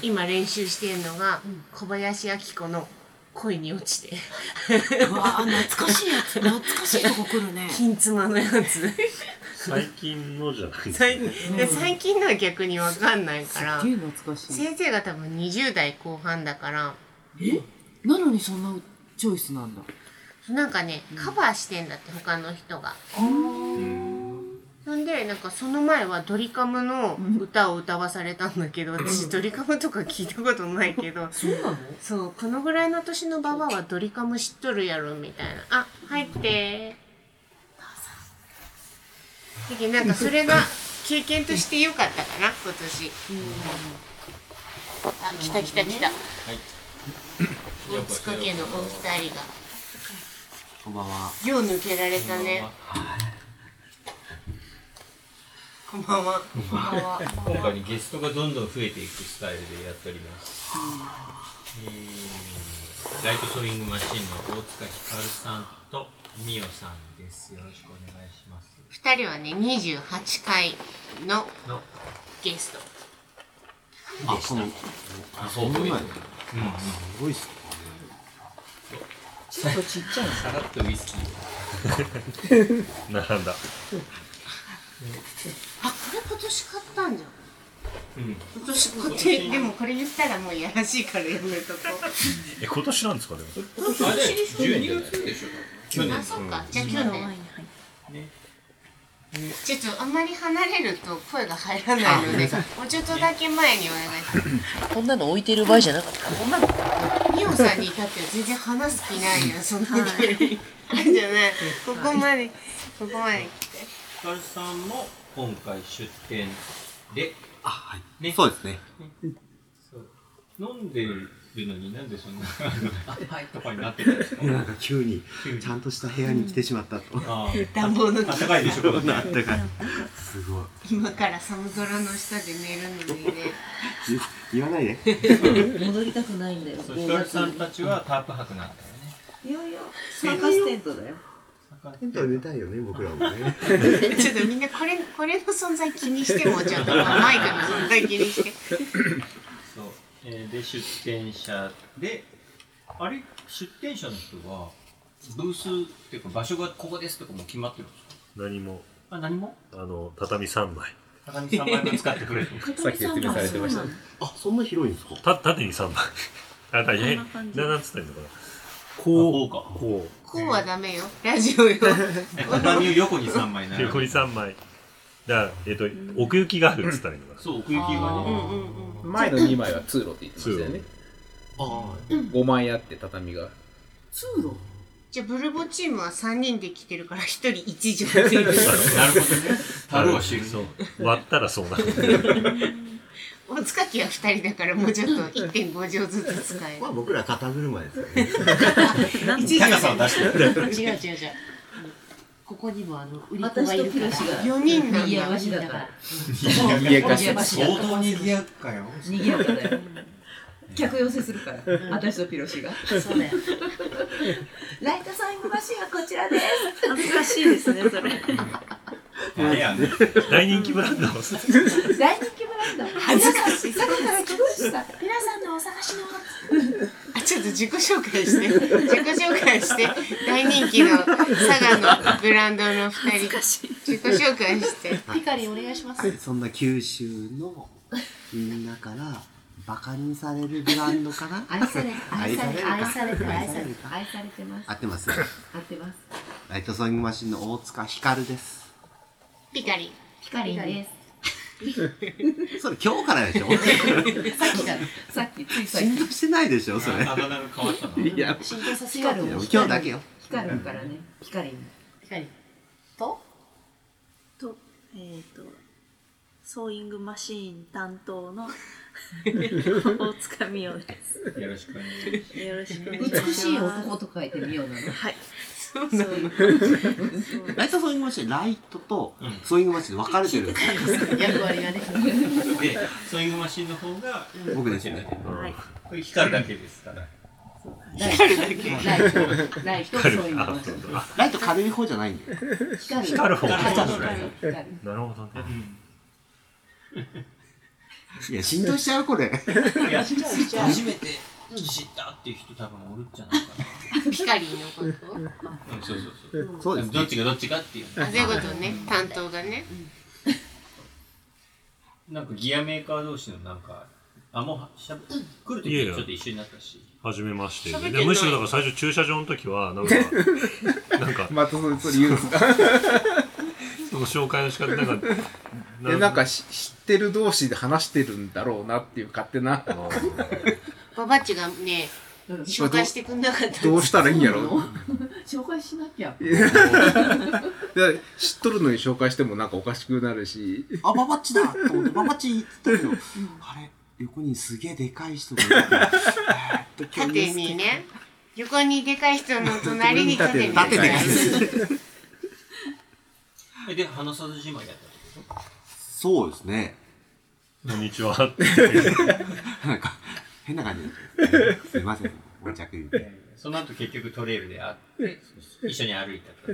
S4: 今練習してるのが小林明子の「恋に落ちて」
S6: うわあ、懐かしいやつ。懐かしいとこ来る
S4: 「
S6: ね。
S4: 金妻のやつ」
S1: 最近のじゃないですか
S4: 最で最近のは逆にわかんないから
S6: すっげえ懐かしい。
S4: 先生が多分20代後半だから
S6: なのにそんなチョイスなんだ。
S4: なんかねカバーしてんだって他の人が。そんでなんかその前はドリカムの歌を歌わされたんだけど私ドリカムとか聞いたことないけど
S7: そうなの
S4: そうこのぐらいの年のババアはドリカム知っとるやろみたいなあ入ってどうぞなんかそれが経験として良かったかな今年あ来た来た来た大塚家のお二人が
S2: こんばんは。
S4: よう抜けられたねこんばんはこんばんは
S2: 今回にゲストがどんどん増えていくスタイルでやっております。えーライトソーイングマシンの大塚ひかるさんとみおさんです。よろしくお願いします。
S4: 二人はね28回の
S2: の、
S4: ゲスト
S1: あ、この、
S2: あ、そう
S1: うまい
S2: うん、うん
S1: すごいっすね。
S6: ちょっとちっちゃい。
S2: さらっとウイスキーを。
S1: 並んだ。
S4: あこれ今年買ったんじゃん
S2: うん
S4: 今年固定でもこれ言ったらもういやらしいからやめとこ
S1: え、今年なんですか、でも。
S2: あれ12月でしょ多分
S4: うあそっかじゃあ去年ちょっとあんまり離れると声が入らないのでもうちょっとだけ前にお願いします
S7: こんなの置いてる場合じゃなかった。
S4: ミオさんに至っては全然話す気ないよそんなにあじゃないここまでここまで
S2: ヒカルさんも今回出店で
S8: あ、はい。
S2: ね
S8: そうですね。
S2: そう飲んでるのになんでそんなとかになってるんですか
S8: なんか急に
S2: 急に
S8: ちゃんとした部屋に来てしまったと。
S2: あ
S4: 暖房の
S2: あ暖かいでしょこれね
S8: なったから。すごい。
S4: 今から寒空の下で寝るのにね
S8: い言わないで。
S9: 戻りたくないんだよ。
S2: そうヒカルさんたちはタープ博なんだよね
S9: いやいや、サーカステントだよ。
S8: テントは寝たいよね、僕らもね。
S4: (laughs) ちょっとみんなこれこれの存在気にしてもちょっとマイクの存在気にして
S2: そう、えーで出店者であれ出店者の人はブースっていうか場所がここですとかもう決まってるんですか
S1: 何も、
S2: あ何も
S1: あの、畳三枚。
S2: 高木さん枚分使ってくれと
S3: さっき説明されてましたね。
S8: あ、そんな広いんですか
S1: た、縦に三枚。あ、大変。な
S9: こんな感じ
S1: なんつったらいいのかな。
S2: こ
S1: こ
S2: う
S1: う、
S2: か
S1: こ
S4: こうはダメよラジオよ
S2: 畳を横に3枚
S1: う、
S2: 並べ
S1: 横に
S2: る
S1: 三枚。だから、えっと、奥行きがあるっつったらいいのかな。
S2: そう奥行きが
S4: うんう
S2: ね
S4: んうん
S3: 前の2枚は通路って言ってましたよね。
S8: あ
S3: 5枚あって畳が。
S6: 通路
S4: じゃあブルボチームは3人で来てるから1人1畳ついてる
S2: なるほどね樽を知る
S1: そう。割ったらそうなる。
S4: (laughs) おつかきは2人だからもうちょっと1.5畳ずつ使え
S8: あ。
S4: る
S8: まあ僕ら肩車ですよね。
S4: 1
S2: 高さを
S4: 畳
S2: 出してる
S5: 違う違う違うここにもあの売り子が
S9: 私
S5: い
S9: と
S5: るか
S9: ピ
S5: ら
S9: ロシが
S4: 4人なん
S9: 賑や
S4: だ
S9: かしだから。
S3: 賑や (laughs) かし
S9: 賑やかしだ
S2: 相
S9: か
S2: 当
S9: ら。
S2: にぎやかよ
S9: 賑やかだよ。
S6: 客寄せするから、私とピロシが
S9: そうだよ。
S6: ライトサイングマシンはこちらです
S9: 恥ずかしいですね、それ。
S2: あれやね
S1: 大人気ブランド。
S6: 大人気ブランド
S4: 恥ずかしい
S6: だから来ました
S5: 皆さんのお探しの
S4: あちょっと自己紹介して自己紹介して大人気の佐賀のブランドの2人自己紹介して
S5: ピカリンお願いします
S8: そんな九州のみんなからバカにされるブランドかな
S6: 愛され愛され愛
S8: 愛
S6: さ
S8: さ
S6: れ
S8: れ
S6: て
S8: るか
S6: 愛されて
S8: 愛されるか
S6: 愛されてます
S8: 合ってます。
S6: 合ってます
S8: ライトソングマシンの大塚ひかるです。
S4: ピカリン
S6: ヒカリンで
S8: それ今日からで
S6: (laughs)
S8: しょ
S6: すさっきついさっ
S8: 浸
S6: き
S8: 透してないでしょそれ。
S2: あだ名が変わったの
S3: いや、
S5: 浸透させ
S6: ヒ
S5: よ
S6: カ
S5: う
S6: ル
S5: と
S6: ン
S8: で
S6: を
S8: も今日だけよ。
S6: ヒカルンからねヒカリン
S5: ピカリンと
S9: と、えっと、ソーイングマシーン担当の大塚美代で
S2: よろしくお願いします
S9: す。よろしくお願いします。
S6: 美しい男と書いてみようなの
S9: はい。
S4: そう
S9: そ
S4: な
S9: う
S4: の
S9: そう
S8: ライトソングマシン、ライトとソーイングマシンで分かれてる。
S5: 役割がね
S2: でソーイングマシンの方が
S8: 僕ですね。
S9: はい。
S2: これ光るだけですから
S6: ライトライトそういうの
S8: ライト軽い方じゃないんだよ。
S6: ヒカルンヒ
S1: 光る方
S2: 光る方
S6: カルン
S1: なるほどね。
S8: いや、浸透しちゃうこれ。
S2: いや初めて知ったっていう人多分おるんじゃないか
S4: ピカリンのこと
S2: な。うん、そうそうそう。
S8: そうです
S2: どっ
S8: ね。
S2: ちがどっちかっていう。
S4: あそういうことね担当がね
S2: なんかギアメーカー同士のなんか、あ、もうしゃべ、来ると
S1: いやい
S2: き
S1: や
S2: ちょっと一緒になったし。
S1: 初めまして
S4: 喋って
S1: で。
S4: ない
S1: むしろだから最初駐車場の時は、なんか、なんか、
S3: またそれそれ言うんですか。
S1: その紹介の仕方、なんか、
S3: (laughs) で、なんかし知ってる同士で話してるんだろうなっていう勝手な、
S1: あの、
S4: ババッチがね紹介してくんなかった
S3: どうしたらいいんやろ
S6: 紹介しなきゃ
S3: で知っとるのに紹介してもなんかおかしくなるし、
S8: あ、ババッチだと思って、ババッチ行ったけど、あれ、横にすげえでかい人がいて、えーっと今日
S4: 縦にね横にでかい人の隣に縦に
S8: 縦でかい
S2: え、で、話さずじまいだったの
S8: そうですね。
S1: こんにちは (laughs) って。
S8: なんか、変な感じです。すいません、お着言って。
S2: その後結局トレイルで会って、一緒に歩いたと。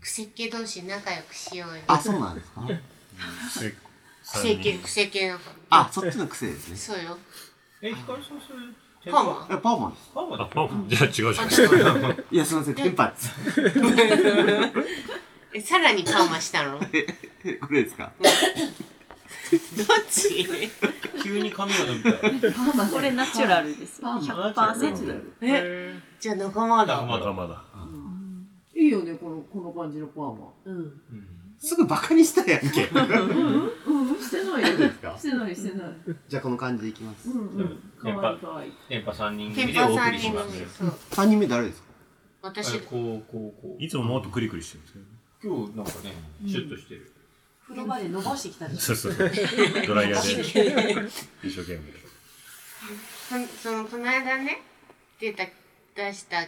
S4: クセっ気同士仲良くしようよ
S8: あ、そうなんですか
S1: え
S4: クセ系クセ系だから
S8: あ、そっちの癖ですね。
S4: そうよ
S2: え、ヒカルさんそれ、テン
S4: パー
S2: パ
S4: マ
S8: え、パーマンです。
S2: パーマ
S1: あ、
S2: だ
S1: パンじゃあ違うじゃん。
S8: いや、すいません、テンパです。
S4: えさらにパーマしたの
S8: これですか
S5: ち
S2: 急に髪が伸びた。 (laughs)
S9: これナチュラルです。100%だよ。
S5: え
S4: じゃあ仲間だ。
S1: まだまだ。
S6: いいよね、この、この感じのパーマ。
S5: うん
S8: すぐバカにしたやん (laughs) け。
S6: うん、してない
S8: 大丈夫
S6: よ。
S8: ですか
S6: してない、してない。
S8: じゃあこの感じでいきます
S6: う。ん、うん。かわいい、かわいい。
S2: 電波3人
S4: ケ
S2: 組
S4: ン
S2: で
S4: パ
S2: お
S4: さ
S2: 送
S4: ん
S2: り
S4: に
S2: し
S4: も
S2: ます。
S4: そう。
S8: 3人目誰ですか
S2: あ
S4: 私
S2: れ、こう、こう、こう。
S1: (laughs) いつももっとクリクリしてるんですよ。
S2: 今日なんかね、シュッとしてる。
S5: 風呂場で伸ばしてきたでし
S1: そうそう。ドライヤーで。一生懸命。
S4: そそのこの間ね出た出した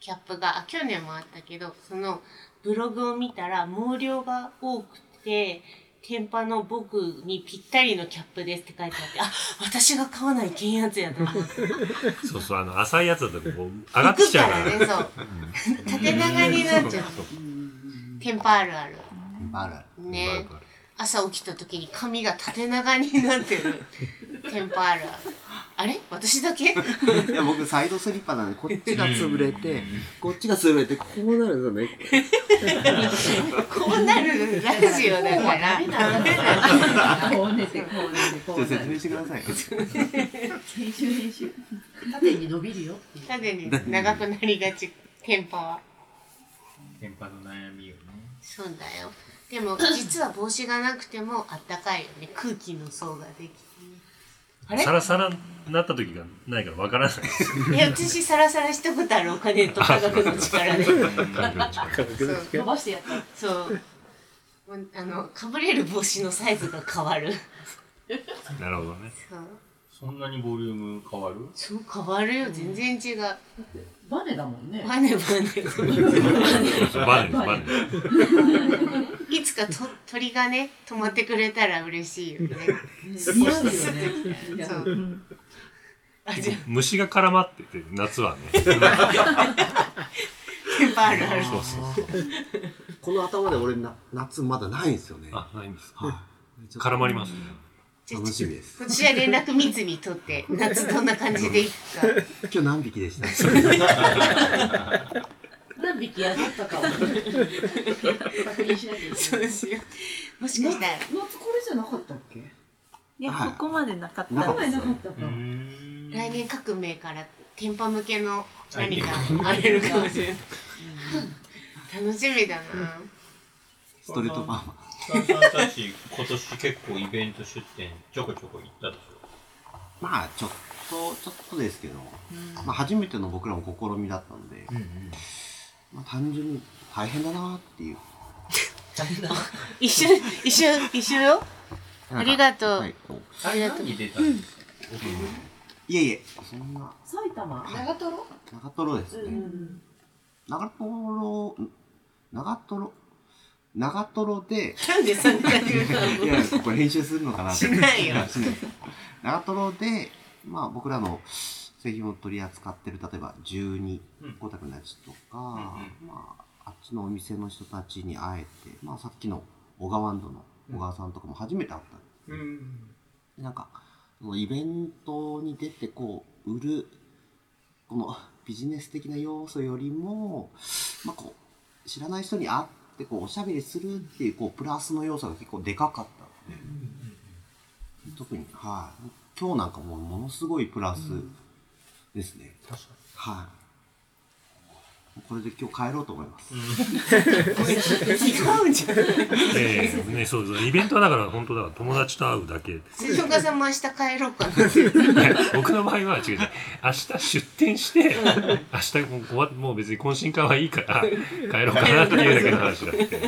S4: キャップがあ去年もあったけどそのブログを見たら毛量が多くて天パの僕にぴったりのキャップですって書いてあってあ私が買わない原圧やと思って
S1: そうそう、あの、浅いやつだとこう、上がってきちゃうから。
S4: 浮くからねそう縦長になっちゃう天パあるある
S8: あるある。
S4: ね朝起きた時に髪が縦長になってる天パあるあるあれ私だけ (laughs)
S8: (laughs) いや僕サイドスリッパなんでこっちが潰れてこっちが潰れてこうなるんですよね
S4: こうなるラジオだから。
S6: こう寝て、こう寝て、こ
S8: ち
S6: う
S8: ょっと
S6: な
S8: 説
S6: る。
S8: 明してください
S6: 編集、編集。
S5: 縦に伸びるよっていう
S4: 縦に (laughs) 長くなりがち、テンパは。
S2: 電波の悩みをね。
S4: そうだよ。でも、実は帽子がなくてもあったかいよね。空気の層ができて。 (laughs) あれ
S1: サラサラになった時がないからわ (laughs) からないですよ。
S4: いや、私サラサラしたことあるお金と科学の力で。そう。
S5: 伸ばしてやった
S4: そう。もうあの、かぶれる帽子のサイズが変わる。
S1: なるほどね。
S4: そう。
S2: そんなにボリューム変わる
S4: そう、変わるよ。全然違う。
S6: バネだもんね。
S4: バネバネ。
S1: そうそうバネです、バネ。
S4: いつかと鳥がね、止まってくれたら嬉しい
S6: (laughs)
S4: よね。
S6: 似合うよね。
S4: そう。あ、じゃあ
S1: 虫が絡まってて、夏はね。
S4: テンパあるある。
S1: そうそう。
S8: この頭で俺な夏まだないんですよね
S1: あ、ないんです。
S8: はい
S1: 絡まりますね。
S8: 楽しみです
S4: 今年は連絡密に取って夏どんな感じで行くか
S8: 今日何匹でした
S5: 何匹やったかを確認しなきゃいけない
S4: そうしようもしかしたら
S6: 夏これじゃなかったっけ
S9: いや、
S8: はい
S9: ここまでなかった
S8: なか
S9: ら
S8: ったですね
S6: たか。
S2: ん
S4: 来年各名から店舗向けの何かあれるかもしれない楽しみだな
S8: ストレートパーマ
S2: さんさんたち、今年結構イベント出店ちょこちょこ行ったでし
S8: まあちょっとちょっとですけど、まあ、初めての僕らも試みだったんで、
S2: ょ。うん
S8: まあ、単純に大変だなっていう
S4: 一緒一緒一緒よありがとう
S8: はい、こう
S2: あれ何出たんですか
S8: いえいえそんな
S5: 埼玉長瀞
S8: 長瀞ですね、
S5: うん
S8: 長瀞ん長瀞長瀞で
S4: なんでそんな言う
S8: いやこれ編集するのかなって
S4: しないよ
S8: や (laughs) しない長瀞で、まあ、僕らの製品を取り扱ってる例えば12
S2: うん
S8: 光沢のやつとか、まあ、あっちのお店の人たちに会えて、まあ、さっきの小川ンドの小川さんとかも初めて会ったんです
S2: う
S8: ね、
S2: ん。
S8: でなんかそのイベントに出てこう売るこのビジネス的な要素よりも、まあ、こう知らない人に会ってこうおしゃべりするっていうこうプラスの要素が結構でかかったので、特に、はい、今日なんかもうものすごいプラスですね、
S2: 確か
S8: はいこれで今日帰ろうと思います、
S4: 違うじゃん
S1: ええね、そうそう。イベントはだから本当だから友達と会うだけで
S4: 辻岡さんも明日帰ろうかな
S1: (laughs) 僕の場合は違う違う明日出店して明日もう終わもう別に懇親会はいい (laughs) から帰ろうかなっていうだけの話だって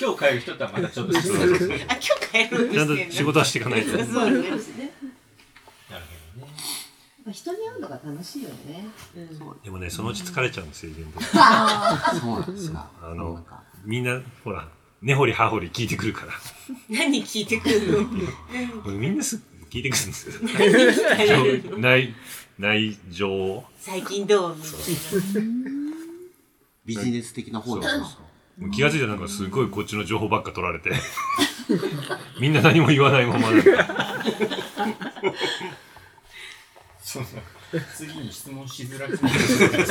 S2: 今日帰る人とはまたちょっと違う。
S1: そうそうそ
S4: あ
S1: う
S4: 今日帰ろうと
S1: ちゃんと
S4: してん
S1: 仕事はしていかないと
S4: だそうね
S2: な
S6: ね。
S2: るほどね。
S6: 人に会うのが楽しいよね。
S1: でもねそのうち疲れちゃうんですよイベント
S8: そうなんですが
S1: (laughs) あの
S8: なんか
S1: みんなほら根掘り葉掘り聞いてくるから
S4: 何聞いてくるの
S1: これみんなす聞いてくるんです (laughs) よ内内情を
S4: 最近どうみたい
S8: ビジネス的な方ですか
S1: もう気がついたらなんかすごいこっちの情報ばっか取られてみんな何も言わないままなん (laughs) か
S2: そうそう。次に質問しづらくな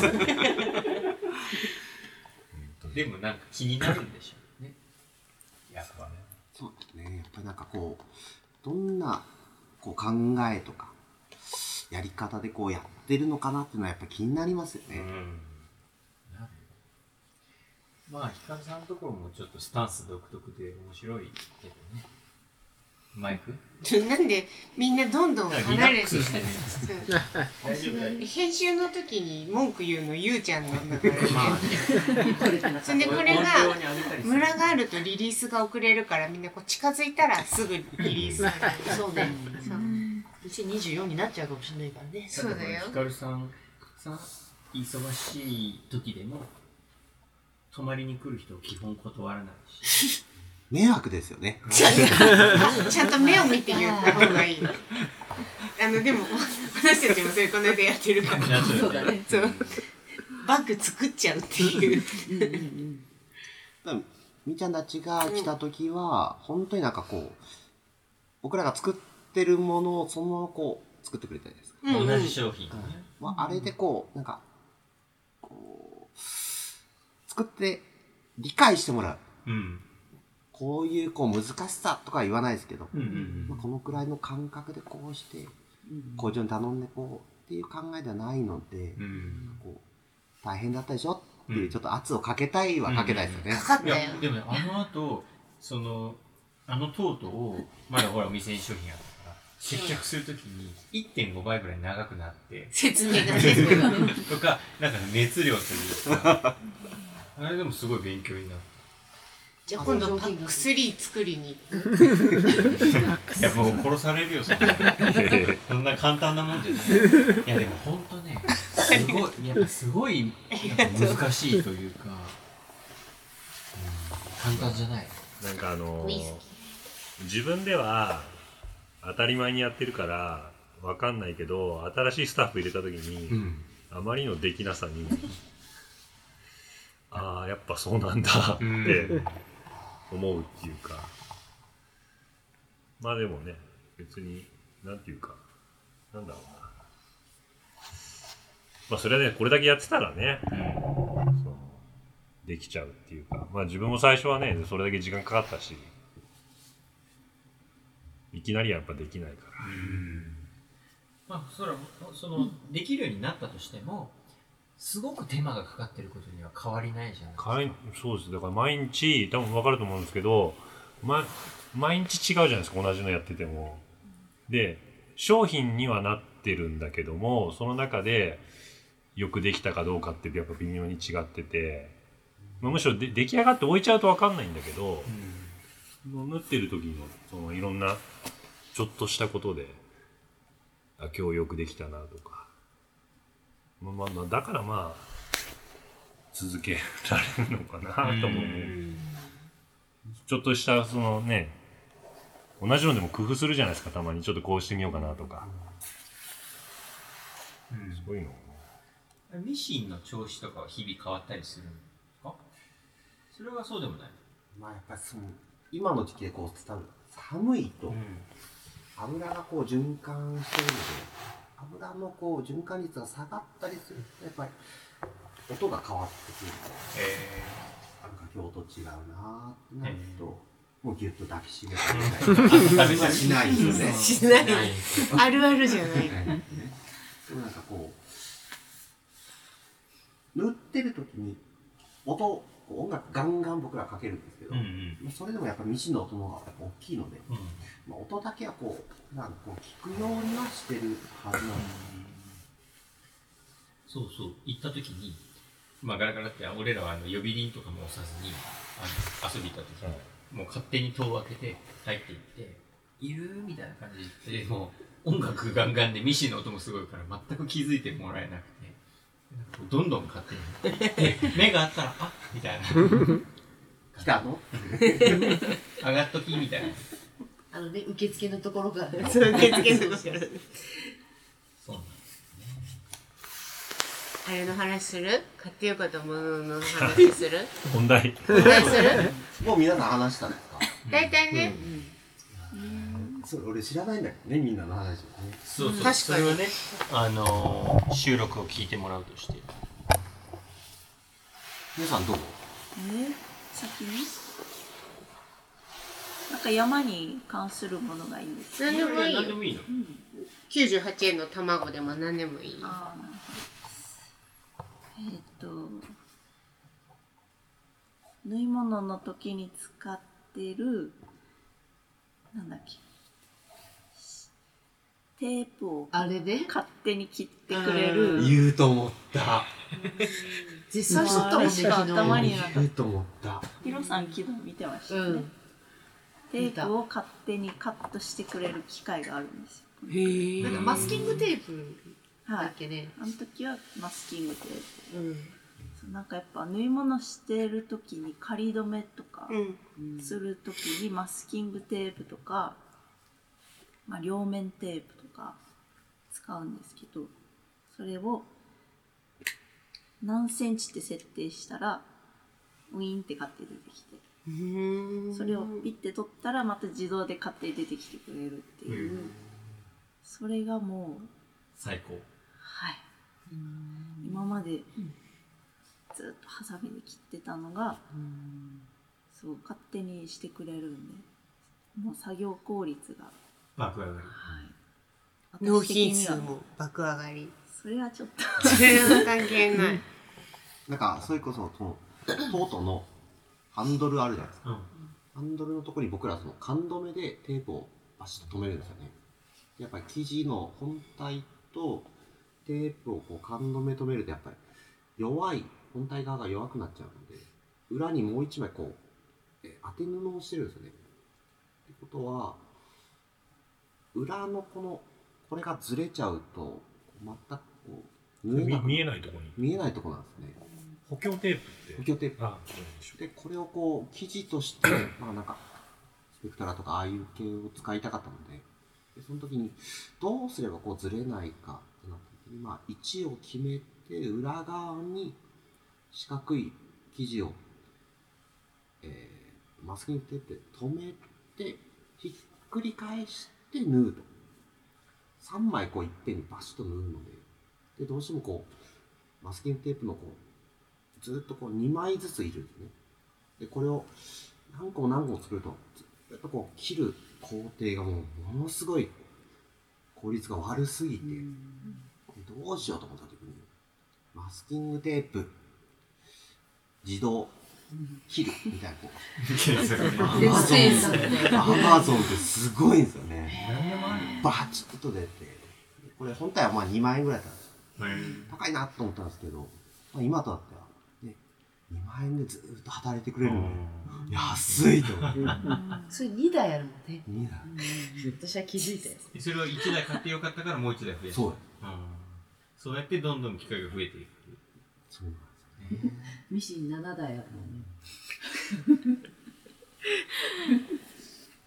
S2: る。でもなんか気になるんでしょうね。やっぱね。
S8: そうですね。やっぱりなんかこう、どんなこう考えとかやり方でこうやってるのかなっていうのはやっぱ気になりますよ
S2: う
S8: ね。
S2: ん。まあ、ヒカルさんのところもちょっとスタンス独特で面白いけどね。マイク
S4: なんでみんなどんどん
S2: リラ
S4: 離れ
S2: ッ
S4: て
S2: クスしてね。大丈夫だよ。
S4: 編集の時に文句言うのゆうちゃんなんだから、ね、
S2: まあ、
S4: それでこれが
S2: 音量に上げたりする
S4: ムラがあるとリリースが遅れるからみんなこう近づいたらすぐリリースになる
S7: そうね。
S4: そう
S7: 2024になっちゃうかもしれないからね。
S4: そうだよ
S2: ヒカルさんさ、忙しい時でも、泊まりに来る人を基本断らないし。
S8: 迷惑ですよね。
S4: (laughs) ちゃんと目を見て言った方がいいあのでも私たちもそれこの間やってるから
S2: そうだね。
S4: そうバッグ作っちゃうっていう
S8: だからみーちゃんたちが来た時は、本当になんかこう僕らが作ってるものをそのままこう作ってくれたじゃないですか。
S2: 同じ商品ね。
S8: まあ、あれでこう、なんか、こう、作って理解してもらう。
S2: うん。
S8: こういうこう難しさとかは言わないですけど、
S2: うんうんう
S8: ま
S2: ん
S8: あ、このくらいの感覚でこうして、工場に頼んでこうっていう考えではないので、
S2: うん。
S8: こう大変だったでしょっていうう、
S2: ん
S8: ちょっと圧をかけたいはかけたいですよね。
S4: かかっ
S2: い
S4: た
S2: や
S4: よ
S2: でもねあの後そのあのトートをまだほらお店に商品あったから接客するときに1.5倍ぐらい長くなって
S4: 説明が全部が
S2: とかなんか熱量というかあれでもすごい勉強になっ
S4: じゃあ今度パック3作りに行く
S2: たいやもう殺されるよそんなそんな簡単なもんじゃないいやでも本当ねすごいやっぱすごいなんか難しいというか、うん、簡単じゃない
S1: なんかあの
S4: ウ
S1: ー
S4: イス
S1: 自分では当たり前にやってるからわかんないけど新しいスタッフ入れた時に、
S2: うん
S1: あまりのできなさにああやっぱそうなんだ
S2: う
S1: って
S2: ん
S1: 思うっていうかまあでもね別になんていうかなんだろうなまあそれはねこれだけやってたらねそのできちゃうっていうかまあ自分も最初はねそれだけ時間かかったしいきなりやっぱできないから
S2: まあ、そらそのできるようになったとしてもすごく手間がかかってることには変わりないじゃないですか
S1: かいそうですだから毎日多分分かると思うんですけど、ま、毎日違うじゃないですか同じのやっててもで商品にはなってるんだけどもその中でよくできたかどうかってやっぱ微妙に違ってて、まあ、むしろで出来上がって置いちゃうと分かんないんだけど、縫ってる時のそのいろんなちょっとしたことであ今日よくできたなとか、まあまあまあ、だからまあ続けられるのかなとも思うちょっとしたそのね同じのでも工夫するじゃないですかたまにちょっとこうしてみようかなとかそういうの
S2: ミシンの調子とかは日々変わったりするんですかそれはそうでもない、
S8: まあやっぱりその、今の時期でこう、多分寒いと油がこう循環してるので油のこう循環率が下がったりするとやっぱり音が変わってくるので
S2: え
S8: なんか今日と違うなーってなると、もうギュッと抱きしめた
S2: (laughs)
S8: り
S2: ー、
S8: とかしないですよね。
S4: しないあるあるじゃない
S8: でもなんかこう塗ってる時に音こう音楽ガンガン僕らかけるんですけど、
S2: うんうん
S8: まあそれでもやっぱりミシンの音の方がやっぱ大きいので、まあ、音だけはこうなんかこう聞くようにはしてるはずなんです
S2: そうそう行った時にまあガラガラって俺らはあの呼び鈴とかも押さずにあの遊び行った時に、もう勝手に戸を開けて入っていっているみたいな感じでもう音楽ガンガンでミシンの音もすごいから全く気づいてもらえなくてなんかこうどんどん勝手 (laughs) にで目があったらあみたい (laughs)
S8: 来
S6: (laughs)
S8: たの
S2: な上がっときみたいな
S7: あのね、受付のところが。
S4: それ受付のところ
S2: そうなん
S4: あれの話する買ってよかったものの話する
S1: 本 (laughs) 題
S4: お願いする
S8: もう皆さん話したんですか
S4: 大体ね、
S8: それ俺知らないんだけどねみんなの話をね
S2: そうそ
S4: 確
S2: う
S4: かに
S2: それはね、あのー収録を聞いてもらうとして
S8: 皆さんどう
S9: え先になんか山に関するものがいいんです。
S4: 何でもいい
S2: 何で
S4: よ
S2: もいいの
S4: 98円の卵でも何でもいいよ
S9: あーえっ、と縫い物の時に使ってるなんだっけテープを
S10: あれで
S9: 勝手に切ってくれる
S8: 言うと思った
S10: 絶
S9: も
S10: 賛
S9: う
S10: しとっ
S9: あ
S10: たもん
S9: れ
S10: ね、昨日。
S9: しか頭になかっ
S8: うと思った
S9: たヒロさん昨日見てました
S10: う
S9: ね、
S10: ん。
S9: テープを勝手にカットしてくれる機械があるんですよ
S6: へ
S10: なんかマスキングテープ
S9: は
S10: だ
S9: い
S10: っけね。
S9: あの時はマスキングテープ
S10: うん。
S9: そうなんかやっぱ縫い物してる時に仮止めとか
S4: うん
S9: する時にマスキングテープとか、まあ、両面テープとか使うんですけどそれを何センチって設定したらウィーンって勝手に出てきてそれをピッて取ったらまた自動で勝手に出てきてくれるっていう、それがもう
S2: 最高
S9: はい、今までずっとハサミで切ってたのが、そう勝手にしてくれるんでもう作業効率が、
S2: 爆上が (laughs) り
S9: はい、
S4: 納品数
S9: 私的には
S4: も爆上
S10: (laughs)
S4: がり
S9: それはちょっと
S4: それは関係ない
S8: なんかそれこそそのトートのハンドルあるじゃないですか
S2: うん
S8: ハンドルのとこに僕らその缶止めでテープをバシッと止めるんですよね。でやっぱり生地の本体とテープをこう缶止め止めるとやっぱり弱い、本体側が弱くなっちゃうので、裏にもう一枚こう、え当て布をしてるんですよね。ってことは、裏のこの、これがずれちゃうと、全くこう、縫えな
S11: み
S8: く
S11: 見えないところに
S8: 見えないとこなんですね。
S11: 補強テープっ
S8: 補
S11: て
S8: 強テープ
S11: あそうでしょ
S8: でこれをこう生地として (clears throat) まあなんかスペクトラとかああいう系を使いたかったのででその時にどうすればこうずれないかってなった時にまあ位置を決めて裏側に四角い生地を、えーマスキングテープで留めてひっくり返して縫うと3枚こういっぺんにバシッと縫うのででどうしてもこうマスキングテープのこうずっとこう2枚ずついるんですねでこれを何個も何個も作るとずっとこう切る工程がもうものすごい効率が悪すぎて、どうしようと思った時にマスキングテープ自動切るみたいなこうアマゾンアマゾンってすごいんですよねバチッと出てこれ本体はまあ2万円ぐらいだったんです高いなと思ったんですけど、まあ、今となっては、ね、2万円でずっと働いてくれるので、安いと思って。
S7: それ2台あるもんね
S8: いいな
S7: 私は気づいたよ
S2: でそれを1台買ってよかったからもう1台増やした
S8: そう。
S2: うんそうやってどんどん機械が増えていく
S8: そうなんで
S10: ミシン7台ある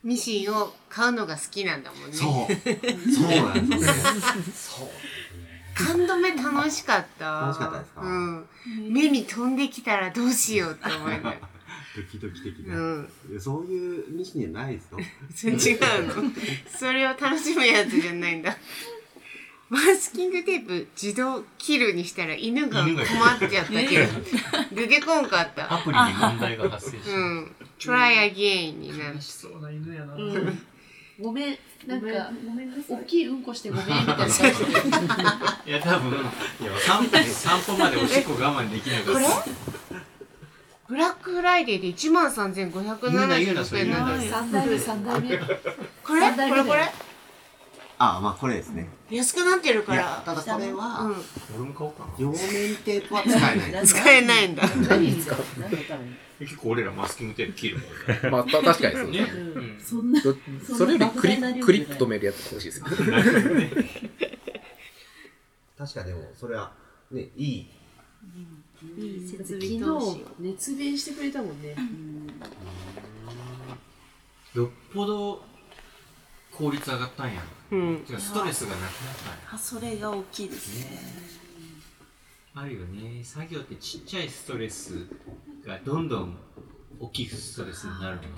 S4: ミシンを買うのが好きなんだもんね
S8: すよそう。そうなんですよね。そう。
S4: 缶止め楽しかった
S8: 楽しかったですか
S4: うん、目に飛んできたらどうしようって思いながら
S8: ドキドキ的
S4: う
S8: な。
S4: ん
S8: いやそういうミシンじゃないですよ。
S4: それ違うのそれを楽しむやつじゃないんだマスキングテープ自動切るにしたら犬が困
S2: 犬が
S4: っちゃったけど出てこんかった
S2: アプリに問題が発生し
S4: う
S2: る
S4: ん try again になる
S11: そうな犬やな
S7: ごめんなんか
S5: ごめんなさい
S7: 大きいうんこして
S5: (laughs)
S7: ごめんみたいな感じで
S2: いや多分いや散歩散歩までおしっこ我慢できなかった
S4: ブラックフライデーで1万3576円なんだ
S8: ない
S7: 3代目3代目
S4: これ
S7: 三代
S4: こ
S7: 目
S4: れこれ
S8: あ、まあこれですね。
S4: 安くなってる
S8: い
S4: か
S8: や
S4: ら、
S8: ただこれ
S4: う
S8: は、
S4: ん、
S2: 俺も買おうかな
S8: 両面テープは使えない。
S4: 使えないんだ
S7: 何に使う何のために
S2: 結構俺らマスキングテープ切るもんね
S3: まあ、た確かにそうですね。
S2: うん
S5: そんな
S3: どそれよりクリ
S5: そんなバカな量じゃない
S3: クリップ止めるやつ欲しいですよ。
S8: (laughs) 確かでも、それは、ね、いい。
S9: いい設
S7: 昨
S9: 備投資
S7: 日
S9: を
S7: 熱弁してくれたもんね
S2: よっぽど効率上がったんや
S4: うん
S2: てかストレスがなくなったんや
S9: あそれが大きいですね
S2: あるよね作業ってちっちゃいストレスがどんどん大きいストレスになるのよ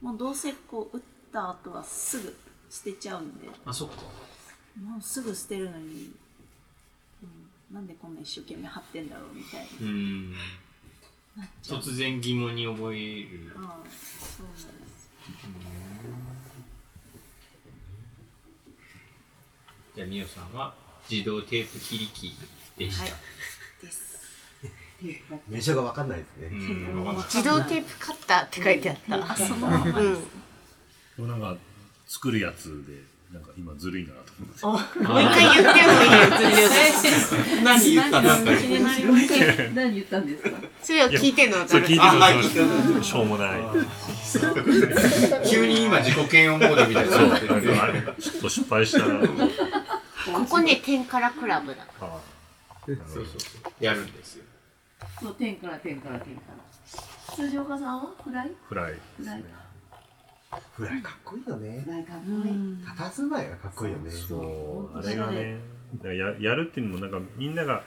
S9: もうどうせこう打った後はすぐ捨てちゃうんで
S2: あそっか
S9: もうすぐ捨てるのに、うん、なんでこんな一生懸命貼ってんだろうみたいな
S2: うん突然疑問に思える
S9: ああそうなんです
S2: じゃあ、みおさんは自動テープ切り機でした。
S8: 名称が分かんないですね。
S2: うんわかんない
S4: 自動テープカッターって書いてあった。
S1: あそ
S4: う
S1: う
S4: ん。
S1: でもなんか作るやつでなんか今ずるいなと思って
S4: おもう一回言ってもいいよ。
S2: 何言ったの
S10: 気になりません何言ったんですか
S4: それを聞いてんの、
S1: (laughs) それ聞いて
S4: あ
S1: る
S2: あはい
S1: のそうですしょうもない
S2: 急に今自己嫌悪モードみたいに
S1: そう
S2: な
S1: な
S2: っ
S1: ん
S2: てるね
S1: かあれちょっと失敗したら
S4: ここね、天からクラブだ。
S1: あ
S2: そうそうそう。やるんですよ。
S10: そう天から天から天から
S9: 辻岡さんはフライ
S1: フライ
S9: フライ
S8: フライかっこいいよね。
S10: なんかもうね
S8: たたずまいがかっこいいよね。
S1: そうあれがねだからややるっていうのもなんかみんなが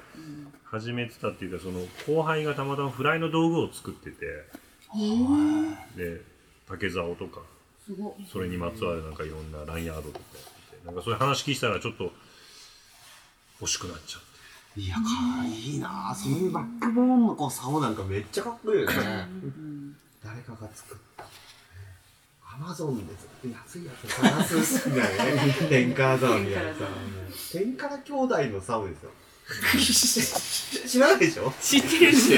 S1: 始めてたっていうかその後輩がたまたまフライの道具を作っててで竹竿とか
S10: すごい
S1: それにまつわるなんかいろんなラインヤードとかやっててなんかそういう話聞いたらちょっと欲しくなっちゃって
S8: いや、かわいいなあそういうバックボーンのこう、竿なんかめっちゃかっこいいよね。誰かが作った。アマゾンでずっと安いやつ探すんだよね。天下竿にやるさ。もう天から兄弟の竿ですよ。知らないでしょ
S4: 知ってるし。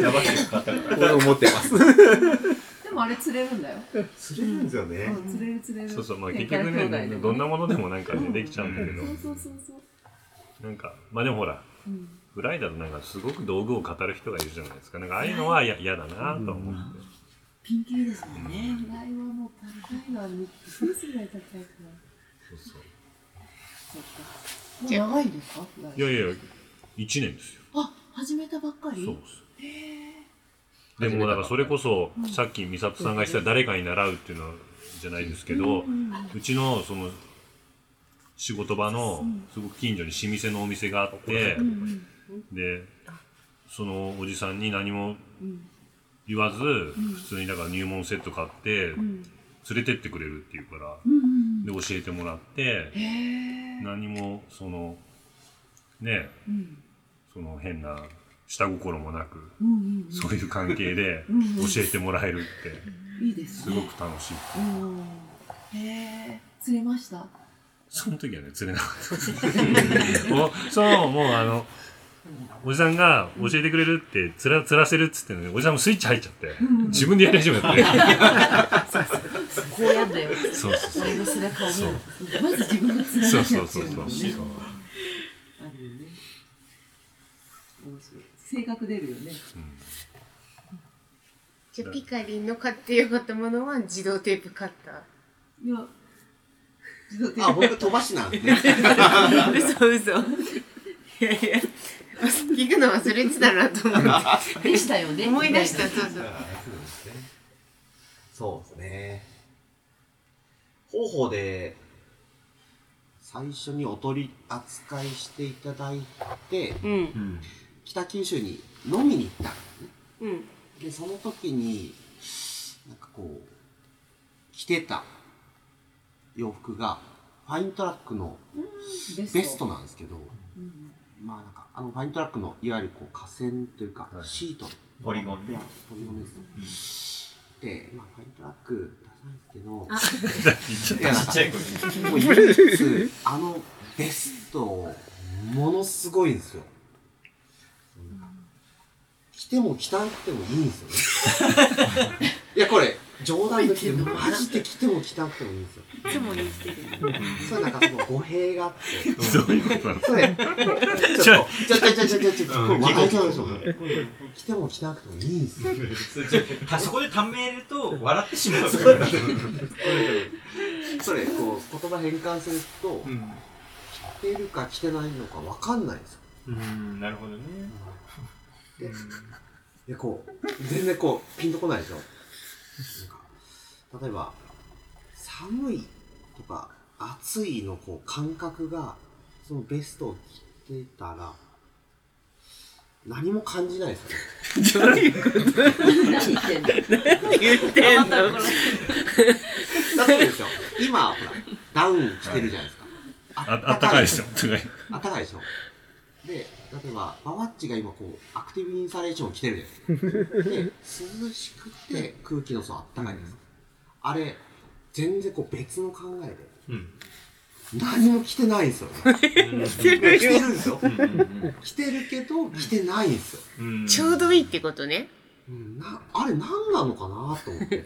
S2: やばいですか
S3: 俺思ってます。
S10: でもあれ釣れるんだよ
S8: 釣れるんですよね。
S10: うん釣れる釣れる
S1: そうそうまあ
S10: 天
S1: 結
S10: から
S1: 局
S10: 兄弟
S1: ね
S10: でも
S1: どんなものでもなんかねできちゃうんだけど
S10: そうそうそう
S1: なんかまあでもほらフライだとなんかすごく道具を語る人がいるじゃないですかなんかああいうのはや嫌だなとは思って
S10: ピンキリですもんねフライはもう高いのはびっくりするぐらい高いから
S1: そうそう
S10: もう長いんですかフライ
S1: いやいや1年ですよ
S10: あ始めたばっかり
S1: そうです。でもなんかそれこそさっき美里さんが言ってた誰かに習うっていうのじゃないですけど、うちのその仕事場のすごく近所に老舗のお店があって、でそのおじさんに何も言わず普通にだから入門セット買って連れてってくれるっていうから、で教えてもらって、何もそのね、その変な下心もなく、そういう関係で教えてもらえるって
S10: いいです
S1: すごく楽しい、
S10: うんへえ釣れました
S1: その時はね釣れなか (laughs) ったもうそうもうあのおじさんが教えてくれるってつらつらせるっつってねおじさんもスイッチ入っちゃって、自分でやり始めて
S10: こうやんだよ
S1: そうそうそう
S10: 俺の背中を見
S1: そう
S10: るまず自分が釣らなき
S1: そ
S10: ゃ
S1: う
S10: ってい
S1: そううそう
S10: の
S1: そ
S10: が
S1: う
S10: ねあるよね面白い性格出るよね
S4: じゃあ、ピカリンの買ってよかったものは自動テープカッタ
S10: いや自動的に
S8: あ、僕飛ばしなんで。
S4: ー。嘘嘘。いやいや。聞くの忘れてたなと思って。
S10: でしたよね
S4: 思い出した、 (laughs) そうそう。
S8: そうですね。方法で、最初にお取り扱いしていただいて、
S4: うん。
S8: 北九州に飲みに行ったんですね。
S4: うん。
S8: で、その時に、なんかこう、着てた洋服が、ファイントラックの
S10: ベ
S8: ベストなんですけど、まあなんか、あのファイントラックの、いわゆるこう、河川というか、シート。
S2: ポリゴン
S8: い
S2: ね
S8: や、ポリゴンですね。で、まあ、ファイントラック出さないですけど、いや、な
S2: ち
S8: ん
S2: っ
S8: か
S2: ちゃい子に。
S8: もう唯一、あのベスト、ものすごいんですよ。着ても着たくてもいいんですよね。いや、これ、冗談抜きで、マジで着ても着たくてもいいんですよ。
S4: いつも言ってる。
S8: それなんかその語弊があって。
S1: そういうことなの
S8: それ、ちょっと、ちょ、ちょ、ちょ、ちょ、ちょ、ちょ、これ分かっちゃうでしょ、これ着ても着なくてもいいんですよ。
S2: あそこでためると笑ってしまう。
S8: それ、こう、言葉変換すると
S2: う、ん
S8: 着てるか着てないのか分かんないんですよ。
S2: うん、なるほどね。
S8: ででこう全然こうピンとこないでしょなんか例えば寒いとか暑いのこう感覚がそのベストを着てたら何も感じないですよね
S10: 何言ってんの
S4: 言ってんの。
S8: だってですよ今ほらダウン着てるじゃないですか、
S1: ああったかいですよお互い
S8: あったかいでしょで、例えば、ババッチが今こう、アクティブインサレーションを着てるじゃないですか。で、涼しくて空気の層あったかいです。あれ、全然こう別の考えで、
S2: うん。
S8: 何も着てないんですよね
S4: 着てるよ
S8: 着てるんですよ着てるけど着てないんですよ、
S4: ちょうどいいってことね。
S8: うんなあれ何なのかなと思って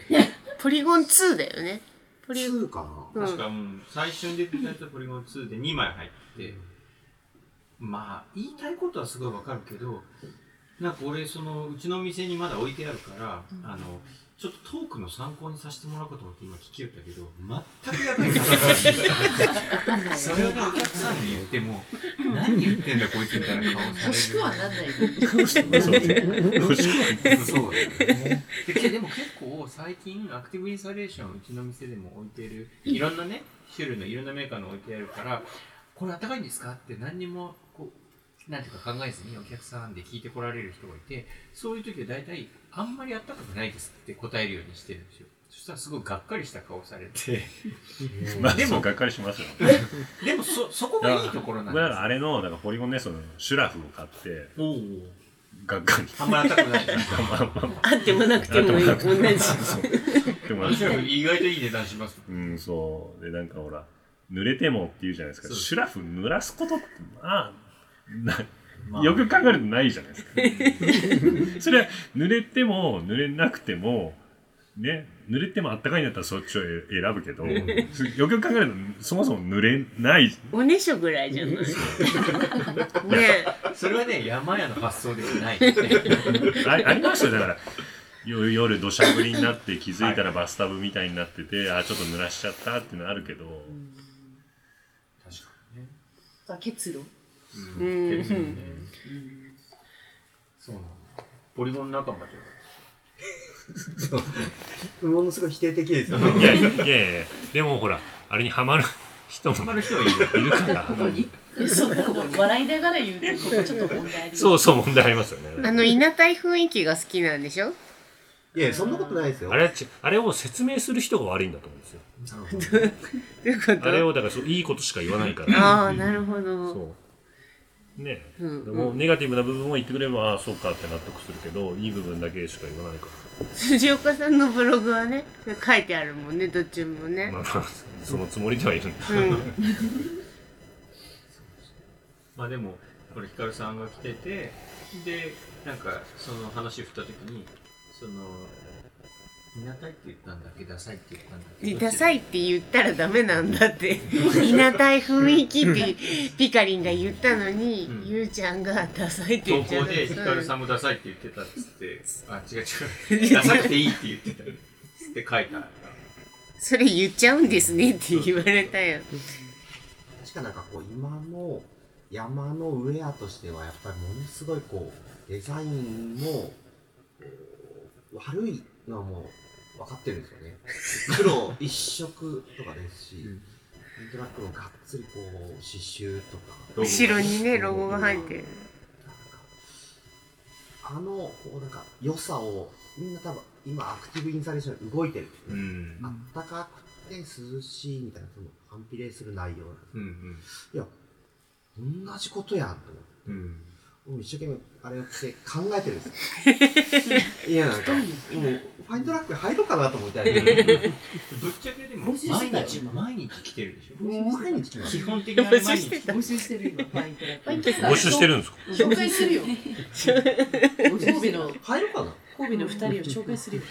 S4: ポリゴン2だよね。ポリ
S8: 2か
S4: うん
S2: 確か、うん、最初に出てたやつはポリゴン2で2枚入ってて、まあ、言いたいことはすごいわかるけど、なんか俺、その、うちの店にまだ置いてあるから、あの、ちょっとトークの参考にさせてもらおうかと思って今聞きよったけど、全く役に立た
S4: (laughs)
S2: ない。それをね、お客さんに言っても、何言ってんだこいつみたいな顔される。
S10: 欲しくはなんないよ
S2: 欲しくはない
S10: そうだよね
S2: でけでも結構最近アクティブインスタレーションうちの店でも置いてるいろんなね種類のいろんなメーカーの置いてあるからこれあったかいんですかって何にもこうなんていうか考えずにお客さんで聞いてこられる人がいてそういう時は大体あんまりあったかくないですって答えるようにしてるんですよそしたらすごいがっかりした顔されて
S1: (laughs) まあそうがっかりしますよ
S2: でもそそこがいいところなんです
S1: だからあれのだからポリゴンネストのシュラフを買って
S2: おお
S1: がっかり
S2: あんまりあったくない (laughs)
S1: あ
S4: ってもなくてもいい
S1: あってなくても
S7: (laughs)
S4: 同じ
S1: そうでも
S2: シュラフ意外といい値段します
S1: うんそうでなんかほら濡れてもって言うじゃないですかシュラフ濡らすことってまあな
S2: まあ
S1: よく考えるとないじゃないですかそれは濡れても濡れなくてもね濡れてもあったかいんだったらそっちを選ぶけどよく考えるとそもそも濡れない
S4: おねしょぐらいじゃない。
S2: それはね山屋の発想では
S1: (laughs)
S2: ない
S1: あありましたよだから夜夜土砂降りになって気づいたらバスタブみたいになってて、あちょっと濡らしちゃったっていうのあるけど、
S5: あ結露
S2: う
S5: うん
S2: んそうなのポリゴン仲間じ
S8: (laughs) ものすごい否定的ですよ
S1: いやいやいやいやでもほらあれにはまる人も
S2: ハマ
S1: い
S2: る人はいる
S1: るから
S5: そう笑いながら言うとここちょっと問題あり
S1: そうそう問題ありますよね
S4: あの、いなたい雰囲気が好きなんでしょ
S8: いやそんなことないですよ
S1: あれはちあれを説明する人が悪いんだと思うんですよ
S4: どういうこと
S1: あれをだからそういいことしか言わないから
S4: ああ、なるほど。
S1: そうねえ、
S4: うんうん
S1: もうネガティブな部分を言ってくれればああそうかって納得するけどいい部分だけしか言わないから
S4: 辻岡さんのブログはね、書いてあるもんね、どっちもね。
S1: まあまあ、そのつもりではいるんだ。
S2: まあでもこれヒカルさんが来ててでなんかその話を振った時にその「いなたい」って言ったんだっけダサいって言ったんだっけ
S4: でダサいって言ったらダメなんだ (laughs) って、いなたい雰囲気ってピカリンが言ったのに、ゆうちゃんがダサいって言
S2: 投
S4: っちゃ
S2: 稿
S4: った。
S2: でヒカルさんもダサいって言ってたっつって「あ違う違うダサくていい」って言ってたっつって書いた
S4: それ言っちゃうんですねって言われたよ。
S8: 確かなんかこう今の山のウェアとしてはやっぱりものすごいこうデザインもこう悪いのはもう分かってるんですよね黒一色とかですし、なんとなくもがっつりこう刺繍とか
S4: 後ろにね、ロゴが入ってる。
S8: あのこうなんか良さをみんな多分今アクティブインサレーション動いてるんですよね、
S2: うん
S8: あったかくて涼しいみたいなその反比例する内容なんです、
S2: うん
S8: いや同じことやんと思って。
S2: うん
S8: もう一生懸命あれを着て考えてるんです
S3: (laughs)
S8: よいやなんかもうファイントラック入ろうかなと思ってあれ
S2: ぶっちゃけでも
S8: 募集して
S2: 毎
S8: たよ
S2: 日毎日来てるでしょ
S8: 毎日来てます
S2: 基本的な毎日
S10: 募集してる今ファイントラック
S1: 募集してるんですか
S10: 紹介するよ (laughs) 神戸の
S8: 入るかな
S10: 神戸の二人を紹介するよ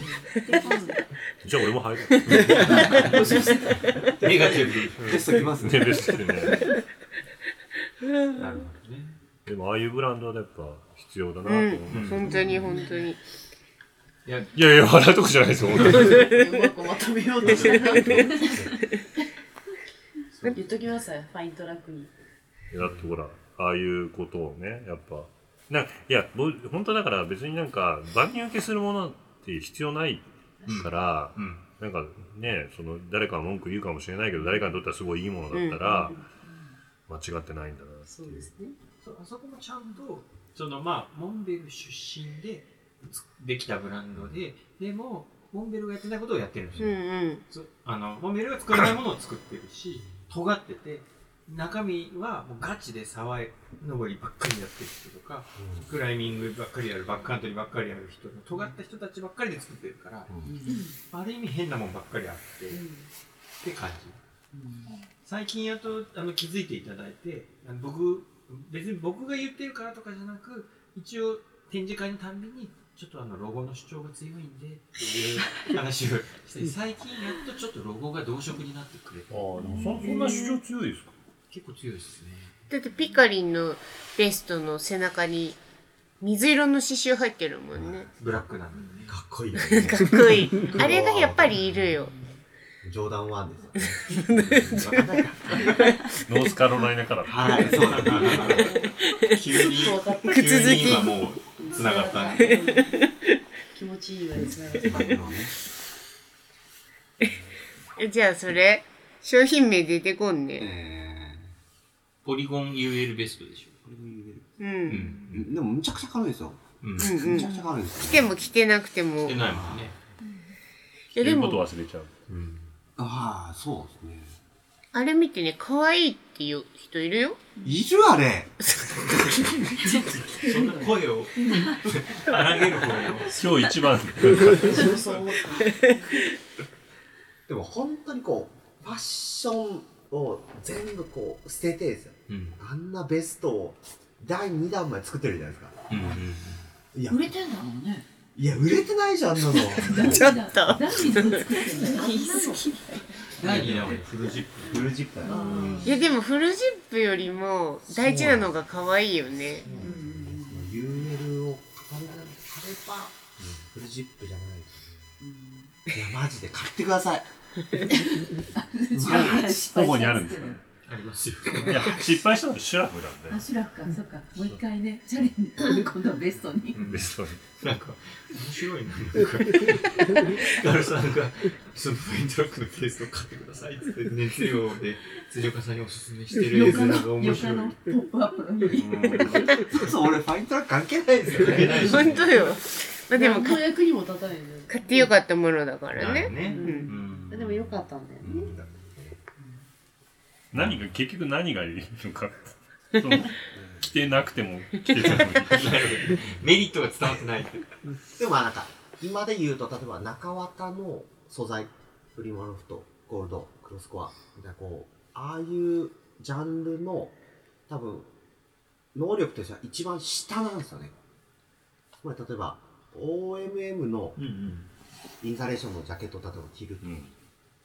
S1: じゃあ俺も入る。
S10: 募集してた
S2: ネガティブ
S8: ベスト来ますね
S1: ベスト来てね。
S2: なるほどね
S1: でもああいうブランドはやっぱ必要だなと
S4: う
S1: 思います。
S4: ん、本当に本当に。
S2: いや
S1: いやいや、笑うとこじゃないですよ、本当に。
S10: うまくまとめようとしたな
S5: 言っときますよファイントラックに
S1: いやだってほら、ああいうことをね、やっぱ。なんいや、ぼ本当だから別になんか、万人受けするものって必要ないから、なんかね、その誰かは文句言うかもしれないけど、誰かにとってはすごいいいものだったら、間違ってないんだなっていう。
S2: そうあそこもちゃんとそのまあモンベル出身でつできたブランドででもモンベルがやってないことをやってるんですよ、そあのモンベルが作らないものを作ってるし尖ってて中身はもうガチで沢登りばっかりやってる人とか、クライミングばっかりやるバックカントリーばっかりやる人の尖った人たちばっかりで作ってるから、ある意味変なもんばっかりあって、って感じ
S12: 最近やっとあの気づいていただいてあの僕別に僕が言ってるからとかじゃなく一応展示会のたんびにちょっとあのロゴの主張が強いんでっていう話をして最近やっとちょっとロゴが同色になってくれてああでも
S1: そそんな主張強いですか
S12: 結構強いですね
S4: だってピカリンのベストの背中に水色の刺繍入ってるもんね。
S12: ブラックなんで、ね、
S8: かっこいいよね
S4: かっこ (laughs) いい。あれがやっぱりいるよ。
S8: 冗談ワンですよね
S1: ノースカロライナから。
S8: はいそうだな
S2: 急に
S5: ちょっと分かった
S2: 急に今もうつながったね
S5: 気持ちいいわですね。
S4: えじゃあそれ、商品名出てこんね。
S2: ポリゴン UL ベストでしょポリゴン UL
S4: うん。
S3: でもむちゃくちゃ軽いですよ。
S2: うん
S4: うんうん
S3: むちゃくちゃ軽いです
S4: 着ても着てなくても。
S2: してないもんね
S4: いやでも、
S1: 忘れちゃう。
S3: ああ、そうですね。
S4: あれ見てね、可愛いっていう人いるよ。
S3: いるあれ
S2: そんな声を荒げる方よ
S1: 今日一番。
S8: でも本当にこうファッションを全部こう捨ててですよ
S2: うん
S8: あんなベストを第2弾まで作ってるじゃないですか
S2: うんうん
S8: いや
S6: 売れてんだもんね。
S8: いや売れてないじゃんあんなの
S4: ちょっと
S6: 何の作ってんだよ。言い
S2: 第2弾はフルジップ
S8: フルジップだよ
S4: いやでもフルジップよりも大事なのが可愛いよね。
S8: UL を買れな買ればフルジップじゃない
S3: いや、マジで買ってください。
S1: ど (laughs) こにあるんですか
S2: ありますよ
S1: いや、失敗したのシュラフなんで
S6: あ、。シュラフか、そっか。もう一回ね、チャレンジ。今度はベストに。
S1: ベストに
S2: なんか面白いななんかガルさんがそのフイントラックのケースを買ってくださいっつって熱量で辻岡さんにおすすめしてる映像が面白い
S6: のポップアップの日。
S3: そう、俺、ファイントラック関係ないです
S2: (laughs)
S3: よ。
S4: 本当よ。まあでも
S5: 何の役にも立たないよね。
S4: 買ってよかったものだから
S2: だ
S4: ね。
S2: よね
S4: う。
S2: うんん
S5: でも良かったんだよね。
S1: 何が、結局何がいいのか。その着てなくても着てたのに。
S2: メリットが伝わってないって
S8: でもなんか今で言うと例えば中綿の素材プリモロフトゴールドクロスコアみたいなこうああいうジャンルの多分能力としては一番下なんですよねつまり例えば OMM の
S2: うん
S8: インサレーションのジャケットを例えば着る
S1: うん。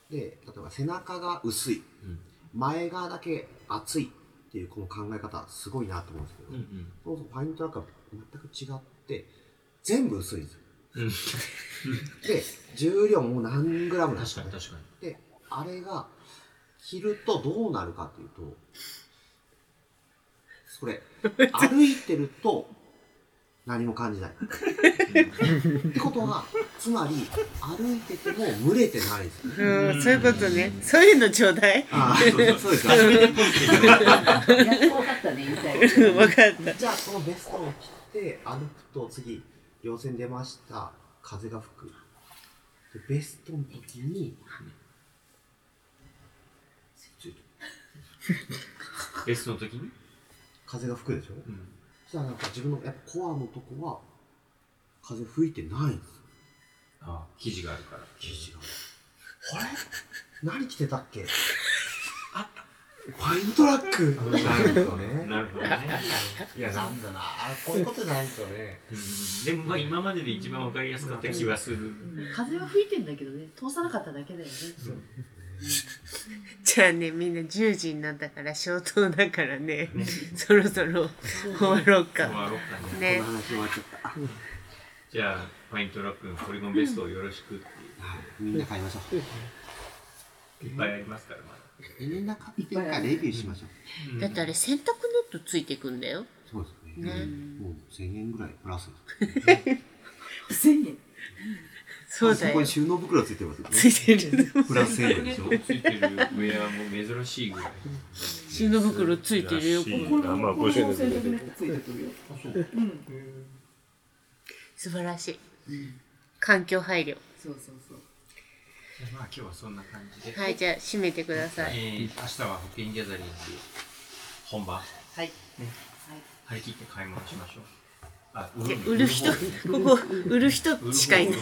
S8: で例えば背中が薄い、
S2: うん
S8: 前側だけ厚いっていうこの考え方すごいなと思うんですけど、
S2: うんうん
S8: そもそもファイントラックは全く違って全部薄いんですよ
S2: うん
S8: で重量も何グラムなんです
S2: 確か
S8: かね
S2: に確かに
S8: であれが着るとどうなるかっていうと
S4: (laughs)
S8: それ歩いてると何も感じないってことはつまり歩いてても蒸れてないですよね
S4: うん、そういうことね。そういうのちょうだい。
S8: ああそうそうですか
S6: やっと分かったね、言いたいこと。
S4: うん、わかった。
S8: じゃあこのベストを着て歩くと次稜線出ました風が吹くでベストの時に
S2: ベストの時に
S8: 風が吹くでしょ、
S2: ん
S8: そしたらなんか自分のやっぱコアのとこは風吹いてないんですよ
S2: あ記事があるから
S8: 生地があれ何着てたっけファイントラック
S3: なんですよね。
S2: なるほどね
S3: いや、なんだな。こういうことじゃないですよね。
S2: うんでもまあ今までで一番わかりやすかった気がする
S5: 風は吹いてんだけどね、通さなかっただけだよね。
S4: じゃあね、みんな10時になったから、消灯だからね。そろそろ終わろう
S2: 終
S4: か。
S2: わろうかね
S4: ね。
S8: 話終わっちゃった
S2: じゃあファイントラックのポリゴンベストをよろしくって
S8: みんな買いましょう
S2: いういっぱいありますからまだ
S8: みんな買っていうかレビューしましょう
S4: だってあれ、洗濯ネットついてくんだよ。
S8: そうですね
S4: ね。
S8: もう1000円ぐらいプラス
S6: 1000円。
S4: そうだ
S8: ここ
S4: よ
S8: に。収納袋ついてますよ
S4: つ
S8: ね
S4: いてる。
S8: プラス1000円でしょ
S2: ついてるウェアも珍しいぐらい
S4: 収納袋 (laughs) ついてるよ。ここ
S1: らしいまあ、
S6: この
S1: 50
S6: 洗
S1: 円です
S6: 濯ネットついてくるよ。
S4: 素晴らしい。環境配慮。
S6: そうそうそう。
S2: じゃあまあ今日はそんな感じで、
S4: はい、じゃあ、締めてくださ
S2: え
S4: い。
S2: ー、明日は保険ギャザリング本番
S5: はい
S2: ね、張り切って買い物しましょうあ売る
S4: 売る人、ここ、売る人しかいない。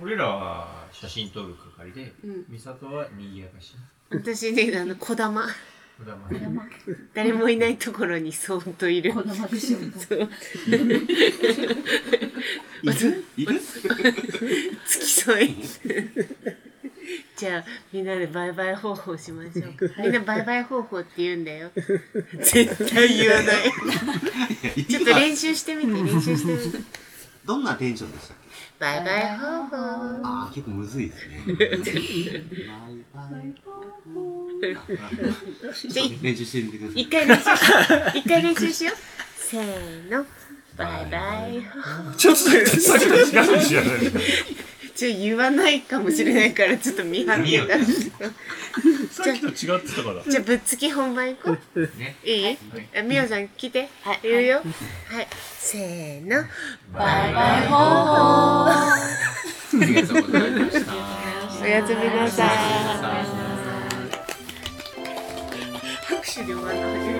S2: 俺らは写真撮る係で、
S4: うん
S2: 美里は賑やかし
S4: 私ね、あの、小玉。
S2: こだま
S4: 誰もいないところにそーっといる。そう
S8: いるいる
S4: 付き添い。じゃあ、みんなでバイバイ方法しましょう。みんなバイバイ方法って言うんだよ。絶対言わない。ちょっと練習してみて、練習してみて。
S8: どんなテンションでしたっけ
S4: バイバイ方法。
S8: ああ、結構むずいですね。 (laughs)
S4: じゃあい
S8: 練習してみてください。
S4: 一回練習しよう。一回練習しよう。せーの。バイバイ方法。
S1: ちょっと待ってさっきと違うじゃない
S4: ちょ言わないかもしれないからちょっと見張ってた。
S1: さっきと違ってたから。
S4: じゃあぶっつき本番行こう。
S2: ね。
S4: いい？あみおさん聞いて。はい。言うよ。はい。せーの。バイバイほ
S2: ありがとうございました
S4: おやすみなさい。拍手で終わるの初めて。